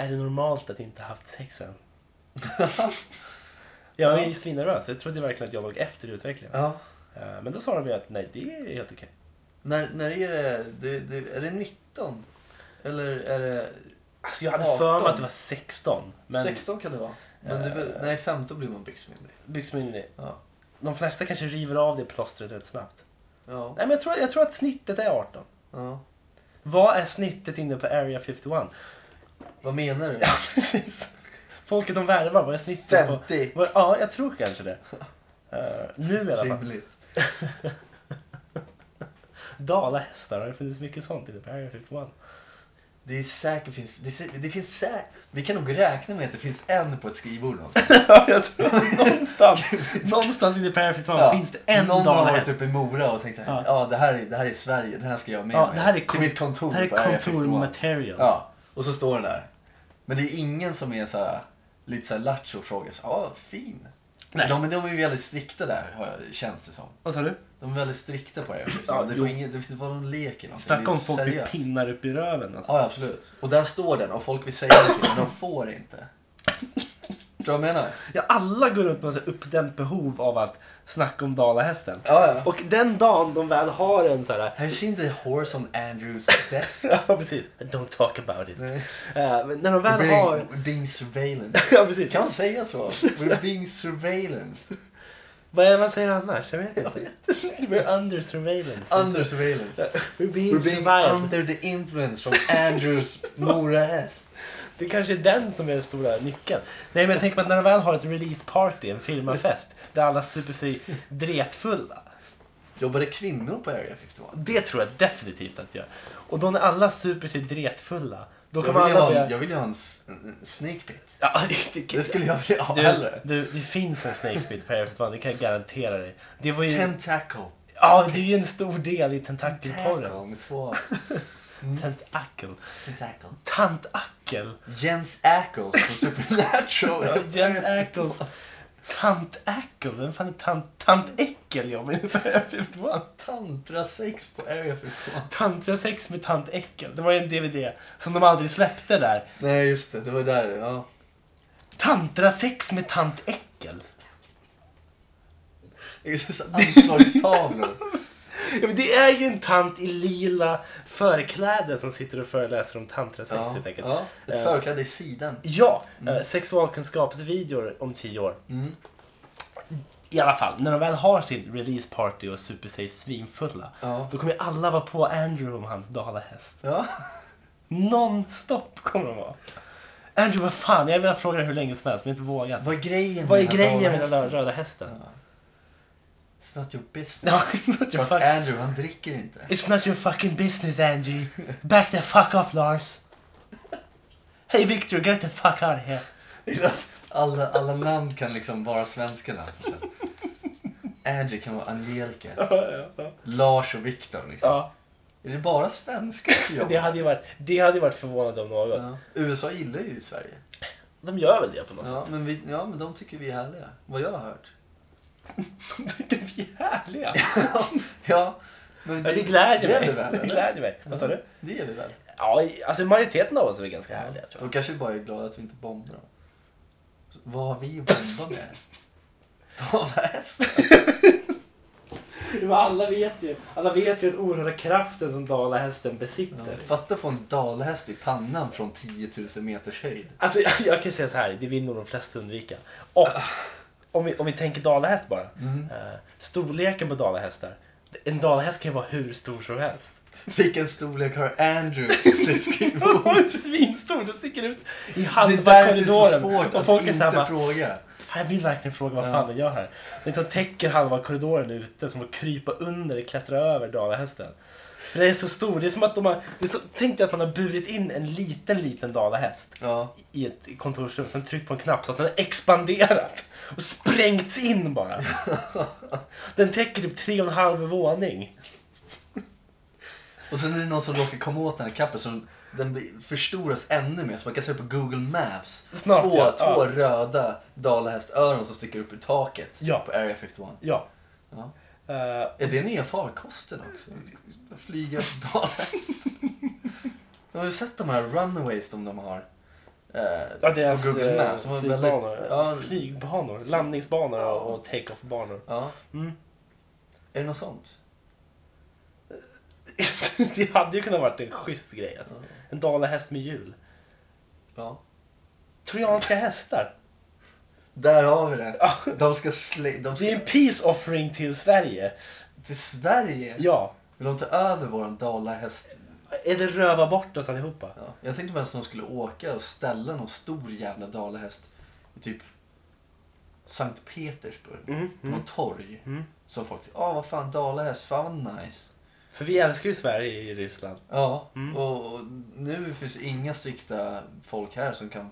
Speaker 1: Är det normalt att inte haft sex [LAUGHS] än? jag var ju svinnervös. Jag trodde verkligen att jag låg efter i utvecklingen.
Speaker 2: Ja.
Speaker 1: Eh, men då sa de ju att nej, det är helt okej.
Speaker 2: När, när är det, det, det, är det 19? Eller är det
Speaker 1: Alltså jag hade för
Speaker 2: 18.
Speaker 1: mig att det var 16. Men Eh.
Speaker 2: 16 kan det vara? Men det, är väl- nej 15 blir man byxmyndig.
Speaker 1: byxmyndig.
Speaker 2: Ja.
Speaker 1: De flesta kanske river av det plåstret rätt snabbt.
Speaker 2: Ja.
Speaker 1: Nej, men jag tror, jag tror att snittet är 18.
Speaker 2: ja.
Speaker 1: Vad är snittet inne på Area 51?
Speaker 2: Vad menar du?
Speaker 1: [LAUGHS] Ja, precis. Folket de värvar, vad är snittet på...
Speaker 2: 50.
Speaker 1: Vad- Ja, jag tror kanske det. Eh, nu i alla fall.
Speaker 2: Rimligt.
Speaker 1: Dalahästar, har det funnits mycket sånt inne på Area 51?
Speaker 2: Det är säkert finns, det, sä- det finns sä- vi kan nog räkna med att det finns en på ett skrivbord någonstans.
Speaker 1: [LAUGHS] ja, jag [LAUGHS] tror någonstans, någonstans inne på Area 51 finns det en
Speaker 2: Någon har varit
Speaker 1: dalahäst.
Speaker 2: uppe i Mora och tänkt så här,
Speaker 1: Ja.
Speaker 2: ja, det, här är, det här är Sverige, den här ska jag ha med
Speaker 1: Ja,
Speaker 2: mig
Speaker 1: det här är
Speaker 2: till
Speaker 1: kon-
Speaker 2: mitt kontor
Speaker 1: Det här är
Speaker 2: på Area 51.
Speaker 1: kontormaterial.
Speaker 2: Ja, och så står den där. Men det är ingen som är så här, lite så här lattjo och frågar så ja, fin.
Speaker 1: Nej.
Speaker 2: De, de är ju väldigt strikta där, har jag- känns det som.
Speaker 1: Vad sa du?
Speaker 2: De är väldigt strikta på Area 51.
Speaker 1: Ja,
Speaker 2: det,
Speaker 1: jo.
Speaker 2: får ingen, det får inte vara någon lek eller någonting.
Speaker 1: Snacka
Speaker 2: Det är
Speaker 1: om folk med
Speaker 2: seriöst.
Speaker 1: pinnar upp i röven. Alltså.
Speaker 2: Ja, ja, absolut. Och där står den och folk vill säga någonting men de får inte. Förstår du vad jag menar?
Speaker 1: Ja, alla går runt med ett uppdämt behov av att snacka om dalahästen.
Speaker 2: Ja, ja.
Speaker 1: Och den dagen de väl har en så här...
Speaker 2: Have you seen the horse on Andrews desk?
Speaker 1: [LAUGHS] Ja, precis. Don't talk about it.
Speaker 2: Nej.
Speaker 1: Eh, men när de väl
Speaker 2: We're being,
Speaker 1: har... [LAUGHS]
Speaker 2: we're being surveillance.
Speaker 1: ja, precis.
Speaker 2: Kan man säga så? We're being surveillance.
Speaker 1: Vad är det man säger annars? Jag vet [LAUGHS] inte. We're under surveillance.
Speaker 2: Under surveillance.
Speaker 1: We're being
Speaker 2: We're being
Speaker 1: surveilled.
Speaker 2: under the influence från Andrews Morahäst.
Speaker 1: Det kanske är den som är den stora nyckeln. Nej men jag tänker på att när de väl har ett release party, en firmafest, där alla super sig dretfulla.
Speaker 2: Jobbade kvinnor på Area 51?
Speaker 1: Det tror jag definitivt att jag Och då när alla super sig dretfulla, då
Speaker 2: Jag
Speaker 1: kommer
Speaker 2: vill, ju
Speaker 1: alla
Speaker 2: ha,
Speaker 1: börja...
Speaker 2: jag vill ju ha en, s- en en sneak pit.
Speaker 1: Ja, [LAUGHS] det, det,
Speaker 2: Det skulle jag vilja ha
Speaker 1: du,
Speaker 2: hellre.
Speaker 1: du, det finns en snake pit på Air One, det kan jag garantera dig. Det var ju...
Speaker 2: Tentacle.
Speaker 1: Ja, det är ju en stor del i tentakelporren. Mm.
Speaker 2: Tentacle med två.
Speaker 1: Tentakel.
Speaker 2: Tentacle.
Speaker 1: Tantakel.
Speaker 2: Jens Ackles från [LAUGHS] Supernatural.
Speaker 1: Ja, Jens Ackles. Tantakel? Vem fan är tant... Tantäckel jobbar [LAUGHS] ju för Air 51.
Speaker 2: Tantra sex på Area 51.
Speaker 1: Tantra sex med tant Äckel. Det var ju en DVD som de aldrig släppte där.
Speaker 2: Nej, just det. Det var där, ja.
Speaker 1: Tantra sex med tant Äckel.
Speaker 2: Det är så anslagstavlor.
Speaker 1: Ja, men det är ju en tant i lila förkläde som sitter och föreläser om tantrasex
Speaker 2: [LAUGHS] Ja,
Speaker 1: helt enkelt.
Speaker 2: ja, Mm. ett
Speaker 1: Eh,
Speaker 2: förkläde i sidan.
Speaker 1: Ja, eh, sexualkunskapsvideor om tio år.
Speaker 2: Mm.
Speaker 1: I alla fall, när de väl har sin release party och super sig svinfulla.
Speaker 2: Ja.
Speaker 1: Då kommer ju alla vara på Andrew om hans dalahäst.
Speaker 2: Ja.
Speaker 1: Non-stop kommer de vara. Andrew, vad fan, jag har velat fråga dig hur länge som helst men jag har inte vågat.
Speaker 2: Vad är grejen
Speaker 1: Vad är
Speaker 2: den här
Speaker 1: grejen med den
Speaker 2: dalahästen?
Speaker 1: där röda hästen?
Speaker 2: It's not your business.
Speaker 1: No, [LAUGHS] it's not your
Speaker 2: Fast
Speaker 1: fucking...
Speaker 2: Andrew, han dricker inte.
Speaker 1: It's not your fucking business, Angie. Back the fuck off, Lars. Hey Victor, get the fuck out of here.
Speaker 2: Alla, alla namn kan liksom vara svenska namn. för sen. Angie kan vara Angelica. Lars och Viktor liksom.
Speaker 1: Ja,
Speaker 2: Är det bara svenska [LAUGHS] som
Speaker 1: det
Speaker 2: jobbar?
Speaker 1: hade ju varit, det hade ju varit förvånande om något.
Speaker 2: Ja. USA gillar ju Sverige.
Speaker 1: De gör väl det på något
Speaker 2: Ja
Speaker 1: sätt.
Speaker 2: men, vi, ja, men de tycker vi är härliga. Vad jag har hört. [LAUGHS]
Speaker 1: De tycker vi är härliga.
Speaker 2: ja, men
Speaker 1: Ja, det gläder
Speaker 2: det är
Speaker 1: mig.
Speaker 2: vi
Speaker 1: [LAUGHS]
Speaker 2: väl,
Speaker 1: Det
Speaker 2: eller?
Speaker 1: gläder mig. Vad sa du?
Speaker 2: Det är vi väl?
Speaker 1: Ja, i- alltså majoriteten av oss är väl ganska härliga tror jag.
Speaker 2: De kanske bara är glada att vi inte bombar dem. Så, Vad har vi att bomba med? [LAUGHS] Dalahästen?
Speaker 1: Men alla vet ju, alla vet ju den oerhörda kraften som dalahästen besitter.
Speaker 2: Fatta att få en dalahäst i pannan från 10 000 meters höjd.
Speaker 1: Alltså [LAUGHS] jag, jag kan säga så här, det vill nog de flesta undvika. Och om vi, om vi tänker dalahäst bara.
Speaker 2: Mm.
Speaker 1: Eh, storleken på dalahästar. En dalahäst kan ju vara hur stor som
Speaker 2: [LAUGHS]
Speaker 1: helst.
Speaker 2: Vilken storlek har Andrew på sitt
Speaker 1: [LAUGHS]
Speaker 2: skrivbord?
Speaker 1: Hon är svinstor, den sticker ut i
Speaker 2: Det är
Speaker 1: halva
Speaker 2: därför det är så
Speaker 1: korridoren.
Speaker 2: svårt
Speaker 1: Och
Speaker 2: att
Speaker 1: folk är
Speaker 2: inte
Speaker 1: såhär bara,
Speaker 2: fråga.
Speaker 1: fan, jag vill verkligen fråga vad fan den gör här. Den liksom täcker halva korridoren ute, som att krypa under, klättra över dalahästen. För den är så stor, det är som att de har, det är så, tänk dig att man har burit in en liten, liten dalahäst.
Speaker 2: Ja.
Speaker 1: i ett kontorsrum, sen tryckt på en knapp så att den har expanderat och sprängts in
Speaker 2: [LAUGHS]
Speaker 1: bara. Den täcker typ tre och en halv våning.
Speaker 2: Och sen är det någon som råkar komma åt den här kappen så den blir- förstoras ännu mer. Så man kan se på Google Maps.
Speaker 1: Snart,
Speaker 2: två
Speaker 1: ja.
Speaker 2: två
Speaker 1: Ja.
Speaker 2: röda dalahästöron som sticker upp ur taket
Speaker 1: Ja.
Speaker 2: på Area 51.
Speaker 1: Ja.
Speaker 2: Ja.
Speaker 1: Eh,
Speaker 2: Är det nya farkosten också? Att Flyga [LAUGHS] på dalahäst? Har du sett de här runaways som de har? Eh,
Speaker 1: ja, deras
Speaker 2: på Google
Speaker 1: eh,
Speaker 2: Maps. De har
Speaker 1: flygbanor,
Speaker 2: väldigt, ja,
Speaker 1: flygbanor, landningsbanor och och take-off-banor. [LAUGHS]
Speaker 2: ja.
Speaker 1: Mm.
Speaker 2: Är det något sånt?
Speaker 1: det hade ju kunnat varit en schysst grej. Alltså. En dalahäst med hjul.
Speaker 2: Ja.
Speaker 1: Trojanska hästar.
Speaker 2: Där har vi det. De ska slä... De
Speaker 1: Det är
Speaker 2: ska...
Speaker 1: en peace offering till Sverige.
Speaker 2: Till Sverige?
Speaker 1: Ja.
Speaker 2: Vill de ta över våran dalahäst?
Speaker 1: Eller röva bort oss allihopa.
Speaker 2: Ja. Jag tänkte mest att de skulle åka och ställa någon stor jävla dalahäst i typ Sankt Petersburg.
Speaker 1: Mm,
Speaker 2: På någon torg.
Speaker 1: Mm.
Speaker 2: Så folk säger, ah vad fan dalahäst, fan vad nice.
Speaker 1: För vi älskar ju Sverige i Ryssland.
Speaker 2: Ja,
Speaker 1: Mm.
Speaker 2: och, och nu finns inga sikta folk här som kan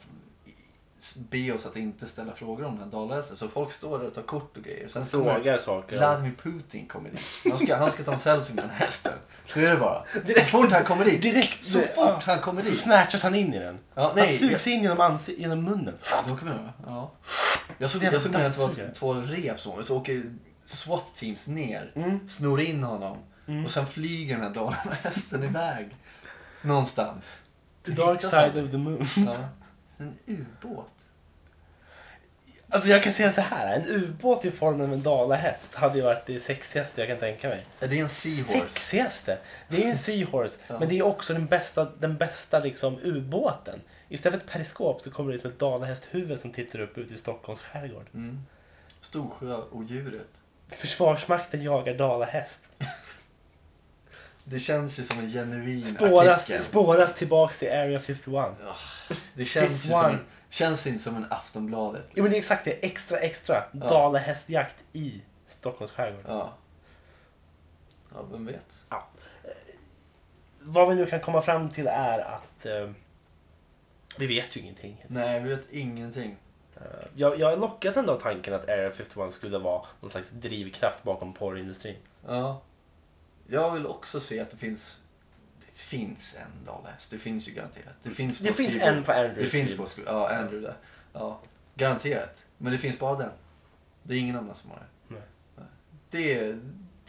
Speaker 2: be oss att inte ställa frågor om den här dalahästen. Så folk står där och tar kort och grejer. Sen kommer
Speaker 1: Frågar saker.
Speaker 2: Vladimir Putin kommer dit. Han ska, han ska ta en selfie med den här hästen. Så är
Speaker 1: [LAUGHS]
Speaker 2: det bara. så fort han kommer dit.
Speaker 1: direkt-
Speaker 2: så fort
Speaker 1: ja.
Speaker 2: han kommer
Speaker 1: Så
Speaker 2: dit.
Speaker 1: snatchas han in i den.
Speaker 2: Ja,
Speaker 1: han
Speaker 2: nej,
Speaker 1: sugs in genom, ansi- genom munnen.
Speaker 2: Då kommer jag. Ja. Jag såg,
Speaker 1: Det är
Speaker 2: jag såg med att det var
Speaker 1: dammsugare.
Speaker 2: två rep som så åker SWAT-teams ner, snor in honom och sen flyger den här dalahästen iväg. Någonstans.
Speaker 1: The dark
Speaker 2: Hittas
Speaker 1: side
Speaker 2: han.
Speaker 1: of the moon.
Speaker 2: Ja. En ubåt.
Speaker 1: [LAUGHS] Alltså jag kan säga så här. En ubåt i formen av en dalahäst hade ju varit det sexigaste jag kan tänka mig.
Speaker 2: Är det en Seahorse?
Speaker 1: Sexigaste? Det är en Seahorse. Men det är också den bästa, den bästa liksom ubåten. Istället för ett periskop så kommer det som ett dalahästhuvud som tittar upp ut i Stockholms skärgård.
Speaker 2: Mm. Storsjöodjuret.
Speaker 1: Försvarsmakten jagar dalahäst.
Speaker 2: Det känns ju som en genuin artikel.
Speaker 1: Spåras, spåras tillbaks till Area 51.
Speaker 2: Ah, Det känns ju
Speaker 1: Fifth
Speaker 2: som,
Speaker 1: one.
Speaker 2: känns inte som en Aftonbladet.
Speaker 1: Ja men det är exakt det. Extra extra. Dalahästjakt i Stockholms skärgård.
Speaker 2: Ja. ja, vem vet.
Speaker 1: Vad vi nu kan komma fram till är att eh, vi vet ju ingenting.
Speaker 2: Nej, vi vet ingenting.
Speaker 1: Eh, Jag, jag lockas ändå av tanken att Area 51 skulle vara någon slags drivkraft bakom porrindustrin.
Speaker 2: Ja. Jag vill också se att det finns... Det finns en dalahäst. Det finns ju garanterat. Det finns, på
Speaker 1: Det finns
Speaker 2: skrivbord.
Speaker 1: en på Andrews
Speaker 2: Det finns
Speaker 1: skrivbord.
Speaker 2: på skrivbord. Ja, Andrew där. Ja, garanterat. Men det finns bara den. Det är ingen annan som har det.
Speaker 1: Nej.
Speaker 2: Nej. Det,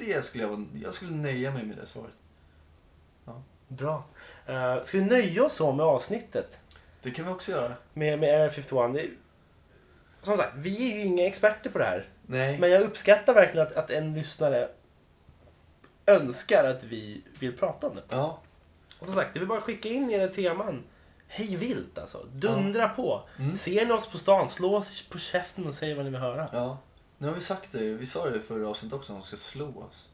Speaker 2: det skulle jag vara... Jag skulle nöja mig med det svaret.
Speaker 1: Bra. Eh, ska vi nöja oss så med avsnittet?
Speaker 2: Det kan vi också göra.
Speaker 1: Med, med Area 51. Det, är- som sagt, vi är ju inga experter på det här.
Speaker 2: Nej.
Speaker 1: Men jag uppskattar verkligen att, att en lyssnare önskar att vi vill prata om det.
Speaker 2: Ja.
Speaker 1: Och som sagt, det vill bara att skicka in era teman. Hej vilt alltså. Dundra på.
Speaker 2: Mm.
Speaker 1: Ser ni oss på stan, slå oss på käften och säg vad ni vill höra.
Speaker 2: Ja. Nu har vi sagt det. Vi sa det i förra avsnittet också. De ska slå oss.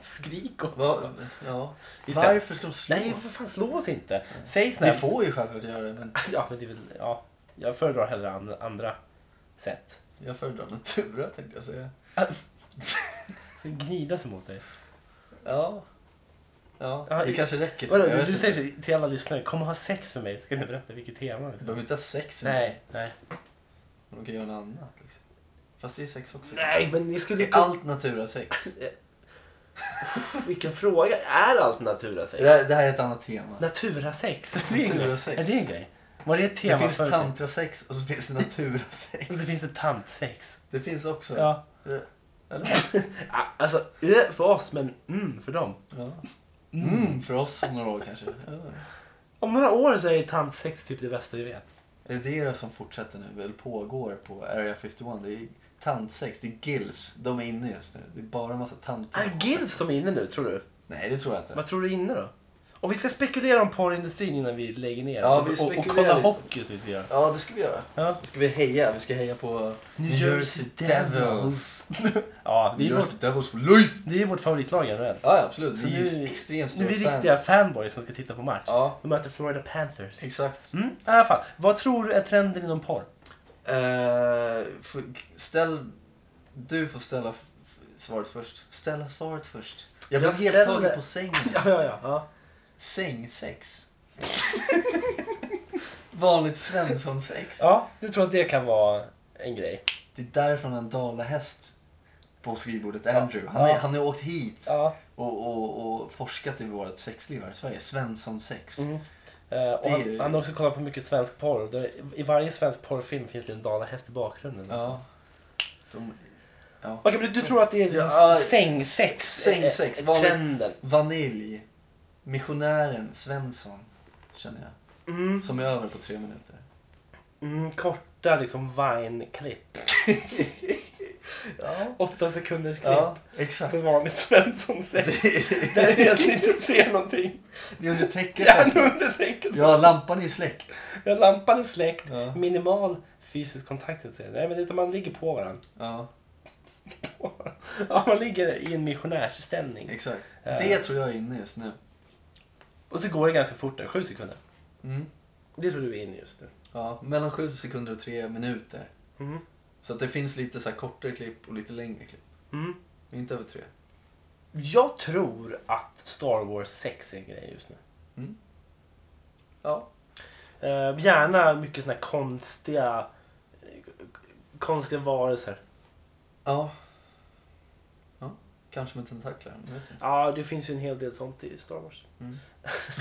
Speaker 1: Skrik åt
Speaker 2: Va?
Speaker 1: oss.
Speaker 2: Ja.
Speaker 1: Just det.
Speaker 2: Varför ska de slå
Speaker 1: Nej,
Speaker 2: oss?
Speaker 1: för fan slå oss inte. Säg
Speaker 2: Vi
Speaker 1: snällt.
Speaker 2: får ju självklart göra det, men
Speaker 1: [LAUGHS] Ja, men det är väl, ja. Jag föredrar hellre an- andra sätt.
Speaker 2: jag föredrar natura tänkte jag säga.
Speaker 1: Så gnida sig mot dig.
Speaker 2: Ja. Ja,
Speaker 1: Ja,
Speaker 2: det
Speaker 1: i-
Speaker 2: kanske räcker.
Speaker 1: Vadå,
Speaker 2: Jag
Speaker 1: du,
Speaker 2: vet
Speaker 1: du
Speaker 2: inte.
Speaker 1: säger till- till alla lyssnare, kom och ha sex med mig ska ni berätta vilket tema.
Speaker 2: Du
Speaker 1: det är.
Speaker 2: behöver inte ha sex.
Speaker 1: Nej, nej.
Speaker 2: Men De kan göra något annat. Liksom. Fast det är sex också.
Speaker 1: Nej, men ni skulle
Speaker 2: Det är allt
Speaker 1: [LAUGHS]
Speaker 2: natura sex.
Speaker 1: Vilken fråga. Är allt natura sex?
Speaker 2: Det här, det här är ett annat tema.
Speaker 1: Natura sex? [LAUGHS] Det är en grej.
Speaker 2: Naturasex.
Speaker 1: Är det en grej? Var det ett
Speaker 2: Det
Speaker 1: tema
Speaker 2: finns
Speaker 1: förut?
Speaker 2: tantrasex och så finns det naturasex.
Speaker 1: Och så finns det tantsex.
Speaker 2: Det finns också.
Speaker 1: Ja.
Speaker 2: Eh, Eller?
Speaker 1: Ah, Alltså, ö för oss, men mm för dem.
Speaker 2: Ja. Mm, för oss om några år kanske. Ja.
Speaker 1: Om några år så är tantsex typ det bästa vi vet.
Speaker 2: Är det det som fortsätter nu, eller pågår på Area 51? Det är tantsex, det är gilfs. De är inne just nu. Det är bara en massa tanter.
Speaker 1: Är Ah, GILF som är inne nu, tror du?
Speaker 2: Nej, det tror jag inte.
Speaker 1: Vad tror du är inne då? Och vi ska spekulera om porrindustrin innan vi lägger ner.
Speaker 2: Ja,
Speaker 1: och,
Speaker 2: vi
Speaker 1: och, och
Speaker 2: spekulerar
Speaker 1: kolla
Speaker 2: lite.
Speaker 1: hockey så vi ska göra.
Speaker 2: Ja, det ska vi göra.
Speaker 1: Ja.
Speaker 2: Ska vi heja? Vi ska heja på New Jersey Devils.
Speaker 1: [LAUGHS] Ja, det
Speaker 2: New
Speaker 1: är, vårt,
Speaker 2: Jersey Devils for life!
Speaker 1: det är vårt favoritlag generellt.
Speaker 2: Ja, ja, absolut.
Speaker 1: Så
Speaker 2: vi är
Speaker 1: nu-
Speaker 2: ju extremt
Speaker 1: Nu
Speaker 2: stora
Speaker 1: är vi
Speaker 2: fans.
Speaker 1: riktiga fanboys som ska titta på match.
Speaker 2: Ja,
Speaker 1: De möter Florida Panthers.
Speaker 2: exakt.
Speaker 1: Mm, i alla fall. Vad tror du är trenden inom porr?
Speaker 2: Eh, får- ställ... Du får ställa f- f- svaret först. Ställa svaret först. Jag blev
Speaker 1: Jag
Speaker 2: helt
Speaker 1: ställer-
Speaker 2: tagen på sängen.
Speaker 1: Ja, ja, ja. ja.
Speaker 2: Sängsex. Vanligt Svensson-sex.
Speaker 1: ja du tror att det kan vara en grej?
Speaker 2: Det är därför han har en dalahäst på skrivbordet. Andrew. Han,
Speaker 1: Ja.
Speaker 2: är, han har åkt hit
Speaker 1: Ja.
Speaker 2: och, och, och forskat i vårt sexliv här i Sverige. Svensson-sex.
Speaker 1: Mm. Eh, och
Speaker 2: Det är
Speaker 1: han,
Speaker 2: ju-
Speaker 1: han har också kollat på mycket svensk porr. Där, I varje svensk porrfilm finns det en dalahäst i bakgrunden.
Speaker 2: Ja. De, ja.
Speaker 1: Okej, men du, du tror att det är
Speaker 2: Ja,
Speaker 1: sängsex?
Speaker 2: sängsex,
Speaker 1: eh,
Speaker 2: vanligt-
Speaker 1: Trenden.
Speaker 2: Vanilj. Missionären Svensson. Känner jag.
Speaker 1: Mm.
Speaker 2: Som är över på tre minuter.
Speaker 1: Mm, korta liksom Vine-klipp.
Speaker 2: Ja,
Speaker 1: Åtta sekunders klipp.
Speaker 2: ja exakt.
Speaker 1: På vanligt Svensson-sätt. [LAUGHS] Där jag egentligen inte ser någonting.
Speaker 2: Det är under täcket.
Speaker 1: Hjärnan
Speaker 2: här.
Speaker 1: under täcket.
Speaker 2: Ja, lampan är ju släckt.
Speaker 1: Ja, Lampan är släckt.
Speaker 2: Ja.
Speaker 1: Minimal fysisk kontakt. Etc. Nej, men utan man ligger på varandra.
Speaker 2: Ja,
Speaker 1: Ja, man ligger i en missionärsställning.
Speaker 2: exakt.
Speaker 1: Ja.
Speaker 2: Det tror jag är inne just nu.
Speaker 1: Och så går det ganska fort där. Sju sekunder.
Speaker 2: Mm.
Speaker 1: Det tror du är inne just nu.
Speaker 2: Ja, mellan 7 sekunder och 3 minuter.
Speaker 1: Mm.
Speaker 2: Så att det finns lite så här kortare klipp och lite längre klipp.
Speaker 1: Mm.
Speaker 2: Inte över 3.
Speaker 1: Jag tror att Star Wars 6 är en grej just nu.
Speaker 2: Mm. Ja.
Speaker 1: Eh, gärna mycket såna här konstiga, konstiga varelser.
Speaker 2: Ja. Ja, kanske med tentaklar. Jag vet inte.
Speaker 1: Ja, det finns ju en hel del sånt i Star Wars.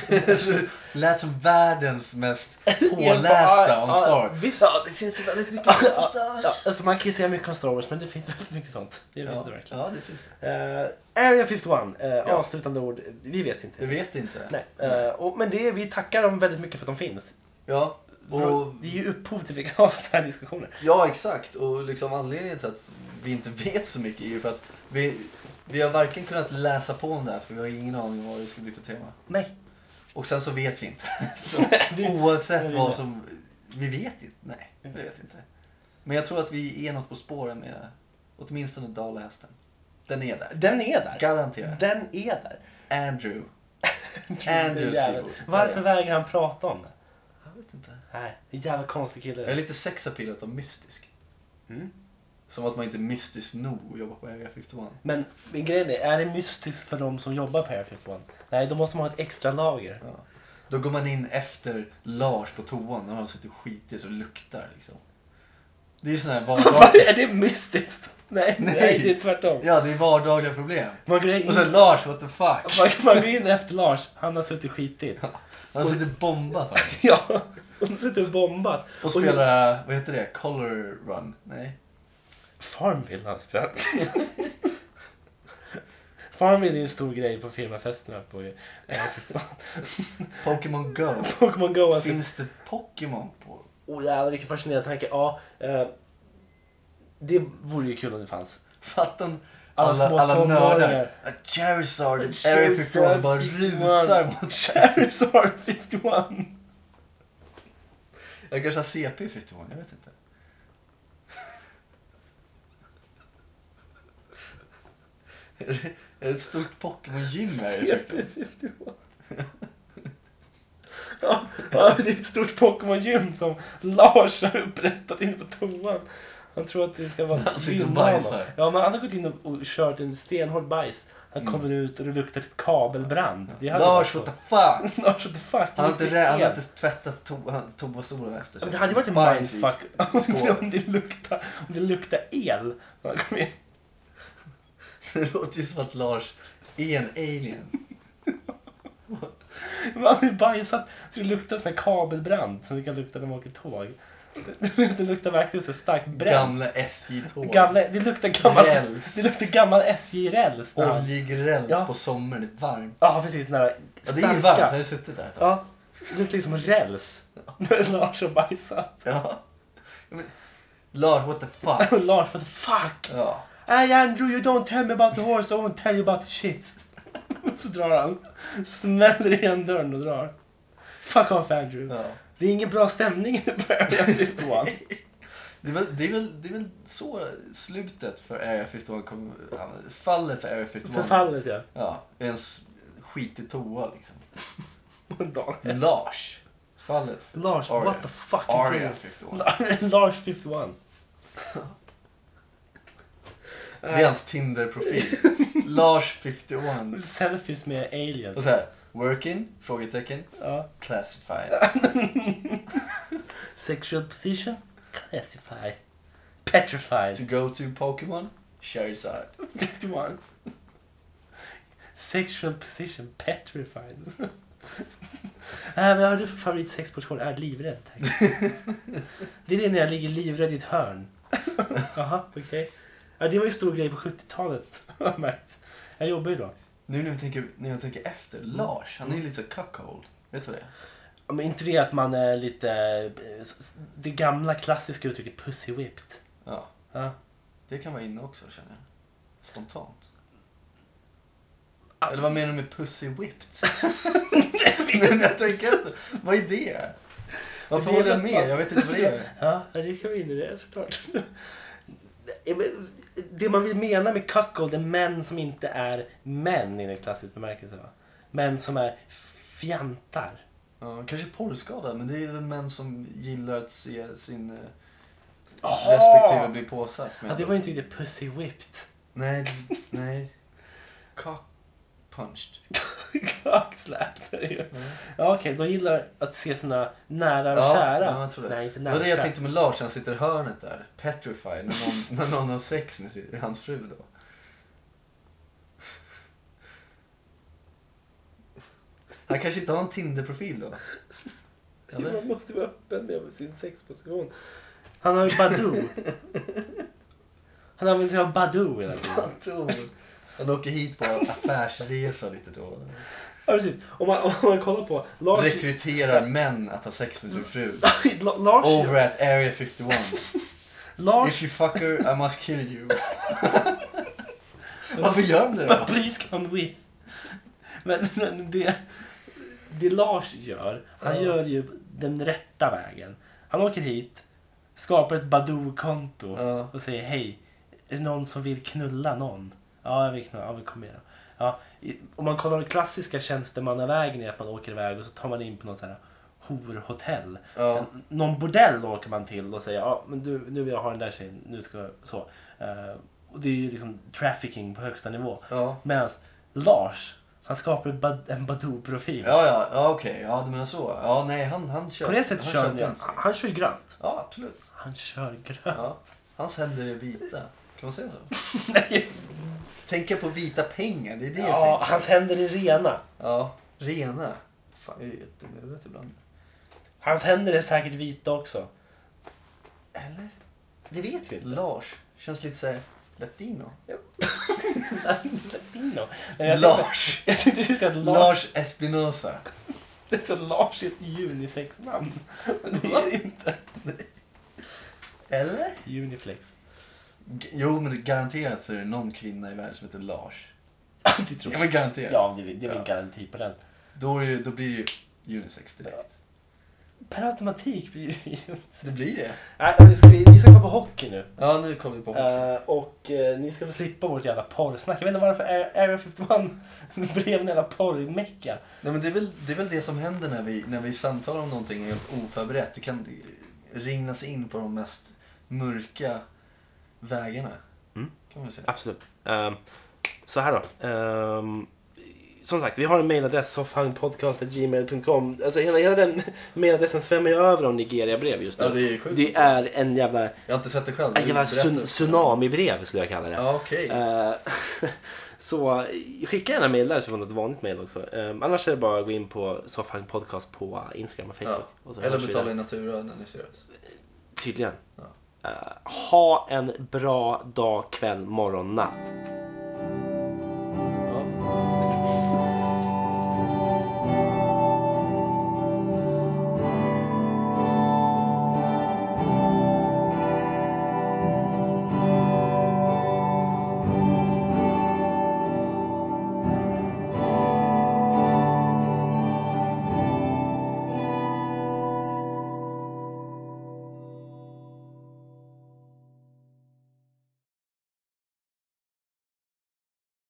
Speaker 2: [LAUGHS] Lät som världens [LAUGHS] mest
Speaker 1: Ja,
Speaker 2: pålästa om
Speaker 1: ja,
Speaker 2: Star.
Speaker 1: visst.
Speaker 2: Ja, det finns ju väldigt mycket sånt om Star.
Speaker 1: Ja, alltså man kan ju säga mycket om Star Wars, men det finns [LAUGHS] väldigt mycket sånt. Det finns det
Speaker 2: Ja,
Speaker 1: verkligen.
Speaker 2: ja, det finns det.
Speaker 1: Eh, Area 51, eh,
Speaker 2: Ja.
Speaker 1: avslutande ord. Vi vet inte.
Speaker 2: Jag vet inte.
Speaker 1: Nej. eh, och, men det, vi tackar dem väldigt mycket för att de finns.
Speaker 2: Ja, Och-
Speaker 1: Det är ju upphov till vilka av sådana här diskussioner.
Speaker 2: Ja, exakt. Och liksom anledningen till att vi inte [LAUGHS] vet så mycket är ju för att vi, vi har varken kunnat läsa på om det här för vi har ingen aning om vad det ska bli för tema.
Speaker 1: Nej.
Speaker 2: Och sen så vet vi inte. [LAUGHS] Så
Speaker 1: det- det är
Speaker 2: oavsett
Speaker 1: det.
Speaker 2: vad som... Vi vet inte. Nej, vi vet inte. Men jag tror att vi är något på spåren med åtminstone dalahästen. Den är där.
Speaker 1: Den är där.
Speaker 2: Garanterat.
Speaker 1: Den är där.
Speaker 2: [LAUGHS] Andrew. Andrew
Speaker 1: Jävlar.
Speaker 2: skriver.
Speaker 1: Varför vägrar han prata om det?
Speaker 2: Jag vet inte.
Speaker 1: Nej, en jävla konstig
Speaker 2: Jag är
Speaker 1: kille.
Speaker 2: lite sexapillat av mystisk.
Speaker 1: Mm.
Speaker 2: Som att man inte är mystisk nog att jobba på Area 51.
Speaker 1: Men men grejen är, är det mystiskt för de som jobbar på Air 51? Nej, då måste man ha ett extra lager.
Speaker 2: Ja. Då går man in efter Lars på toan och han sitter och skiter så det luktar liksom. Det är ju sådana här [LAUGHS] vardagliga...
Speaker 1: är det mystiskt? Nej, nej.
Speaker 2: Nej.
Speaker 1: det är tvärtom.
Speaker 2: ja, det är vardagliga problem.
Speaker 1: Man går, in,
Speaker 2: Och sen Lars, what the
Speaker 1: man,
Speaker 2: fuck?
Speaker 1: man går in efter Lars, han har suttit skitigt.
Speaker 2: Han sitter bombat här.
Speaker 1: Ja, han har suttit och bombat.
Speaker 2: Och spelar, vad heter det? Color Run? Nej.
Speaker 1: Farmville har han spelat. Farmville är ju en stor grej på firmafesterna på Air 51.
Speaker 2: Pokémon Go.
Speaker 1: Pokémon Go alltså.
Speaker 2: Finns det Pokémon på?
Speaker 1: Oh, jävlar vilken fascinerande tanke. Ja, eh, det vore ju kul om det fanns.
Speaker 2: Fattar ni?
Speaker 1: Alla
Speaker 2: alla,
Speaker 1: små
Speaker 2: alla, nördar.
Speaker 1: tonåringar.
Speaker 2: A Charizard,
Speaker 1: A
Speaker 2: ett Area 51 bara
Speaker 1: Charizard 51.
Speaker 2: rusar mot...
Speaker 1: Charizard 51!
Speaker 2: Jag kanske har CP 51, jag vet inte. Är det, är det ett stort Pokémon-gym här i Effektorn?
Speaker 1: [LAUGHS] Ja, ja, det är ett stort Pokémon-gym som Lars har upprättat inne på toan. Han tror att det ska vara
Speaker 2: Han sitter och
Speaker 1: gynna honom.
Speaker 2: bajsar.
Speaker 1: Ja, men han har gått in och, och kört en stenhård bajs. Han
Speaker 2: Mm.
Speaker 1: kommer ut och det luktar typ kabelbrand. Det hade
Speaker 2: Lars, what
Speaker 1: varit
Speaker 2: the fuck!
Speaker 1: så. [LAUGHS] Lars what the fuck.
Speaker 2: Han har inte,
Speaker 1: luktar
Speaker 2: rä- han har
Speaker 1: el.
Speaker 2: inte tvättat to- han- toastolen efter
Speaker 1: Men Det hade varit en
Speaker 2: Bajs i
Speaker 1: mindfuck
Speaker 2: sk-
Speaker 1: [LAUGHS]
Speaker 2: skålen.
Speaker 1: om det luktar, om det luktar el när han kom in.
Speaker 2: Det låter ju som att Lars är en alien.
Speaker 1: Men han har ju bajsat så det luktar sån här kabelbrand som det kan lukta när man åker tåg. [LAUGHS] Det luktar verkligen så här starkt bränt.
Speaker 2: Gamla SJ-tåg.
Speaker 1: Gamla, det luktar gammal,
Speaker 2: Räls.
Speaker 1: det luktar gammal SJ-räls. när han-
Speaker 2: Oljig
Speaker 1: Ja.
Speaker 2: ja. på sommaren, det är varmt.
Speaker 1: Ja, precis. Den här
Speaker 2: Ja,
Speaker 1: starka.
Speaker 2: det är ju varmt, jag har ju suttit där ett tag.
Speaker 1: Ja, det luktar liksom räls. [LAUGHS] När Lars har bajsat.
Speaker 2: Ja. Ja, men- Lars, what the fuck?
Speaker 1: Och [LAUGHS] Lars bara fuck!
Speaker 2: Ja.
Speaker 1: Hey Andrew, you don't tell me about the horse, I won't tell you about the shit. [LAUGHS] Så drar han. Smäller igen dörren och drar. Fuck off Andrew.
Speaker 2: ja.
Speaker 1: Det är ingen bra stämning inne på Area
Speaker 2: [LAUGHS]
Speaker 1: 51.
Speaker 2: Det, är väl, det, är väl, det är väl så slutet för Area 51 kom, ja, men Fallet för Area 51.
Speaker 1: Förfallet ja.
Speaker 2: Ja, en s- skitig toa liksom.
Speaker 1: På en dag.
Speaker 2: Lars. Fallet för
Speaker 1: Lars,
Speaker 2: Aria.
Speaker 1: what the fuck?
Speaker 2: Aria
Speaker 1: [LAUGHS]
Speaker 2: 51.
Speaker 1: Lars 51. [LAUGHS]
Speaker 2: Det är hans
Speaker 1: [LAUGHS]
Speaker 2: Tinder-profil. Lars 51.
Speaker 1: Selfies med
Speaker 2: Och
Speaker 1: aliens.
Speaker 2: så här, working? Frågetecken.
Speaker 1: Ja.
Speaker 2: Classified.
Speaker 1: Sexual position? Classify. Petrified.
Speaker 2: To go to Pokémon? Charizard.
Speaker 1: 51. Sexual position? Petrified. [LAUGHS] Äh, vad har du för favoritsexposition? Äh, livrädd, tack. [LAUGHS] Det är det när jag ligger livrädd i ett hörn. Jaha, okej. Ja, det var ju en stor grej på [LAUGHS] 70-talet, har jag märkt. Jag jobbar ju då.
Speaker 2: Nu när, vi tänker, när jag tänker efter,
Speaker 1: Mm.
Speaker 2: Lars, han är ju lite så cuckold. Vet du vad det är?
Speaker 1: Ja, Men inte det att man är lite... eh, s- s- Det gamla klassiska uttrycket pussy whipped.
Speaker 2: Ja,
Speaker 1: Ja.
Speaker 2: det kan vara inne också känner jag. Spontant. Eller vad menar du med pussy
Speaker 1: [LAUGHS]
Speaker 2: whipped? Nej, men jag tänker efter. Vad är det? Varför
Speaker 1: Det är
Speaker 2: håller
Speaker 1: väl
Speaker 2: jag med?
Speaker 1: bara-
Speaker 2: Jag vet inte vad det är.
Speaker 1: Ja, ja, det kan vi in i det såklart. Ja, men Det man vill mena med cuckold är män som inte är män i den klassiska bemärkelsen. Va? Män som är fjantar.
Speaker 2: Ja, kanske porrskada, men det är ju män som gillar att se sin eh,
Speaker 1: Aha!
Speaker 2: respektive bli påsatt. menar
Speaker 1: Ja, det
Speaker 2: jag.
Speaker 1: var ju inte riktigt pussy whipped.
Speaker 2: Nej, nej. Cock punched.
Speaker 1: Cuckslap. det är ju. Ja, okej, de gillar att se sina nära och
Speaker 2: Ja,
Speaker 1: kära.
Speaker 2: ja, jag tror det.
Speaker 1: Nej, inte
Speaker 2: Det
Speaker 1: nära
Speaker 2: var
Speaker 1: och
Speaker 2: det jag
Speaker 1: kära.
Speaker 2: tänkte med Lars, han sitter i hörnet där. Petrified, när någon, [LAUGHS] när någon har sex med sin, hans fru då. Han kanske inte har en Tinder-profil då? Eller?
Speaker 1: Man måste vara öppen med sin sexposition. Han har ju Badoo. [LAUGHS] Han använder sig av Badoo hela tiden.
Speaker 2: Han tror- Han åker hit på affärsresa lite då.
Speaker 1: Ja, precis. Om man, om man kollar på Lars...
Speaker 2: Rekryterar män att ha sex med sin fru.
Speaker 1: La- [LAUGHS] Lars,
Speaker 2: Over at Area 51.
Speaker 1: Lars,
Speaker 2: If you fuck her I must kill you. [LAUGHS] Varför gör de det då?
Speaker 1: but [LAUGHS] please come with. Men, men det, det Lars gör, han
Speaker 2: Ja.
Speaker 1: gör ju den rätta vägen. Han åker hit, skapar ett Badoo-konto
Speaker 2: Ja.
Speaker 1: och säger hej, är det någon som vill knulla någon? Ja, jag vill knulla. Ja, vi kommer igen. Ja, i- om man kollar den klassiska tjänstemannavägen är att man åker iväg och så tar man in på något så här horhotell.
Speaker 2: Ja.
Speaker 1: Någon bordell åker man till och säger ja men du, nu vill jag ha den där tjejen, nu ska jag så. Eh, och det är ju liksom trafficking på högsta nivå.
Speaker 2: Ja.
Speaker 1: Medan Lars, han skapar en Bad- en Badoo-profil.
Speaker 2: Ja, ja, ja okej. Ja, du menar så. Ja, nej, han, han kör.
Speaker 1: på det sättet
Speaker 2: han
Speaker 1: kör han,
Speaker 2: köper
Speaker 1: ju- alltså.
Speaker 2: inte sex.
Speaker 1: han kör ju grönt.
Speaker 2: Ja, absolut.
Speaker 1: Han kör grönt. [LAUGHS]
Speaker 2: Ja. Hans händer är vita. Kan man säga så?
Speaker 1: Nej.
Speaker 2: Tänka på vita pengar, det är det jag
Speaker 1: ja,
Speaker 2: tänker.
Speaker 1: hans händer är rena.
Speaker 2: Ja, rena. Fan, jag är jättenervös ibland.
Speaker 1: Hans händer är säkert vita också.
Speaker 2: Eller? Det vet
Speaker 1: vi inte.
Speaker 2: Lars. Känns lite såhär latino.
Speaker 1: Latino. Nej, jag tänkte- [LAUGHS]
Speaker 2: Lars.
Speaker 1: Jag tänkte precis säga att Lars,
Speaker 2: Lars Espinosa.
Speaker 1: det är så att Lars är ett unisexnamn. Men det är det inte.
Speaker 2: Eller?
Speaker 1: Uniflex.
Speaker 2: G- Jo, men garanterat så är det någon kvinna i världen som heter Lars.
Speaker 1: det tror
Speaker 2: Ja,
Speaker 1: jag.
Speaker 2: men garanterat.
Speaker 1: Ja, det är, det är väl
Speaker 2: Ja.
Speaker 1: garanti på den.
Speaker 2: Då, är det, ju- då blir det ju unisex direkt.
Speaker 1: Per automatik blir det ju... [LAUGHS]
Speaker 2: Så det blir det.
Speaker 1: Nej, vi ska, vi ska gå på hockey nu.
Speaker 2: Ja, nu kommer vi på hockey.
Speaker 1: Eh, och eh, ni ska få slippa vårt jävla porrsnack. Jag vet inte varför Air- Area [LAUGHS] 51 blev en jävla porrmecka.
Speaker 2: Nej, men det, är väl, det är väl det som händer när vi, när vi samtalar om någonting helt oförberett. Det kan ringas in på de mest mörka vägarna.
Speaker 1: Mm.
Speaker 2: Kan man väl säga.
Speaker 1: Absolut. Um, så här då. Ehm, som sagt, vi har en mailadress, soffhangpodcast.gmail.com. Alltså hela, hela den [LAUGHS] mailadressen svämmar ju över av Nigeria-brev just nu.
Speaker 2: Ja, det är sjukt.
Speaker 1: Det är en jävla,
Speaker 2: Jag har inte sett det själv.
Speaker 1: en jävla tsun- tsunami-brev skulle jag kalla det.
Speaker 2: Ja, okej.
Speaker 1: Eh, [LAUGHS] så eh, skicka gärna mejl där så får du ett vanligt mejl också. Eh, annars är det bara att gå in på Soffhang Podcast på Instagram och Facebook. Och så
Speaker 2: Eller
Speaker 1: hörs vi
Speaker 2: betala
Speaker 1: där.
Speaker 2: i natura när ni ser oss.
Speaker 1: Tydligen. Ehm,
Speaker 2: Ja.
Speaker 1: Eh, ha en bra dag, kväll, morgon, natt.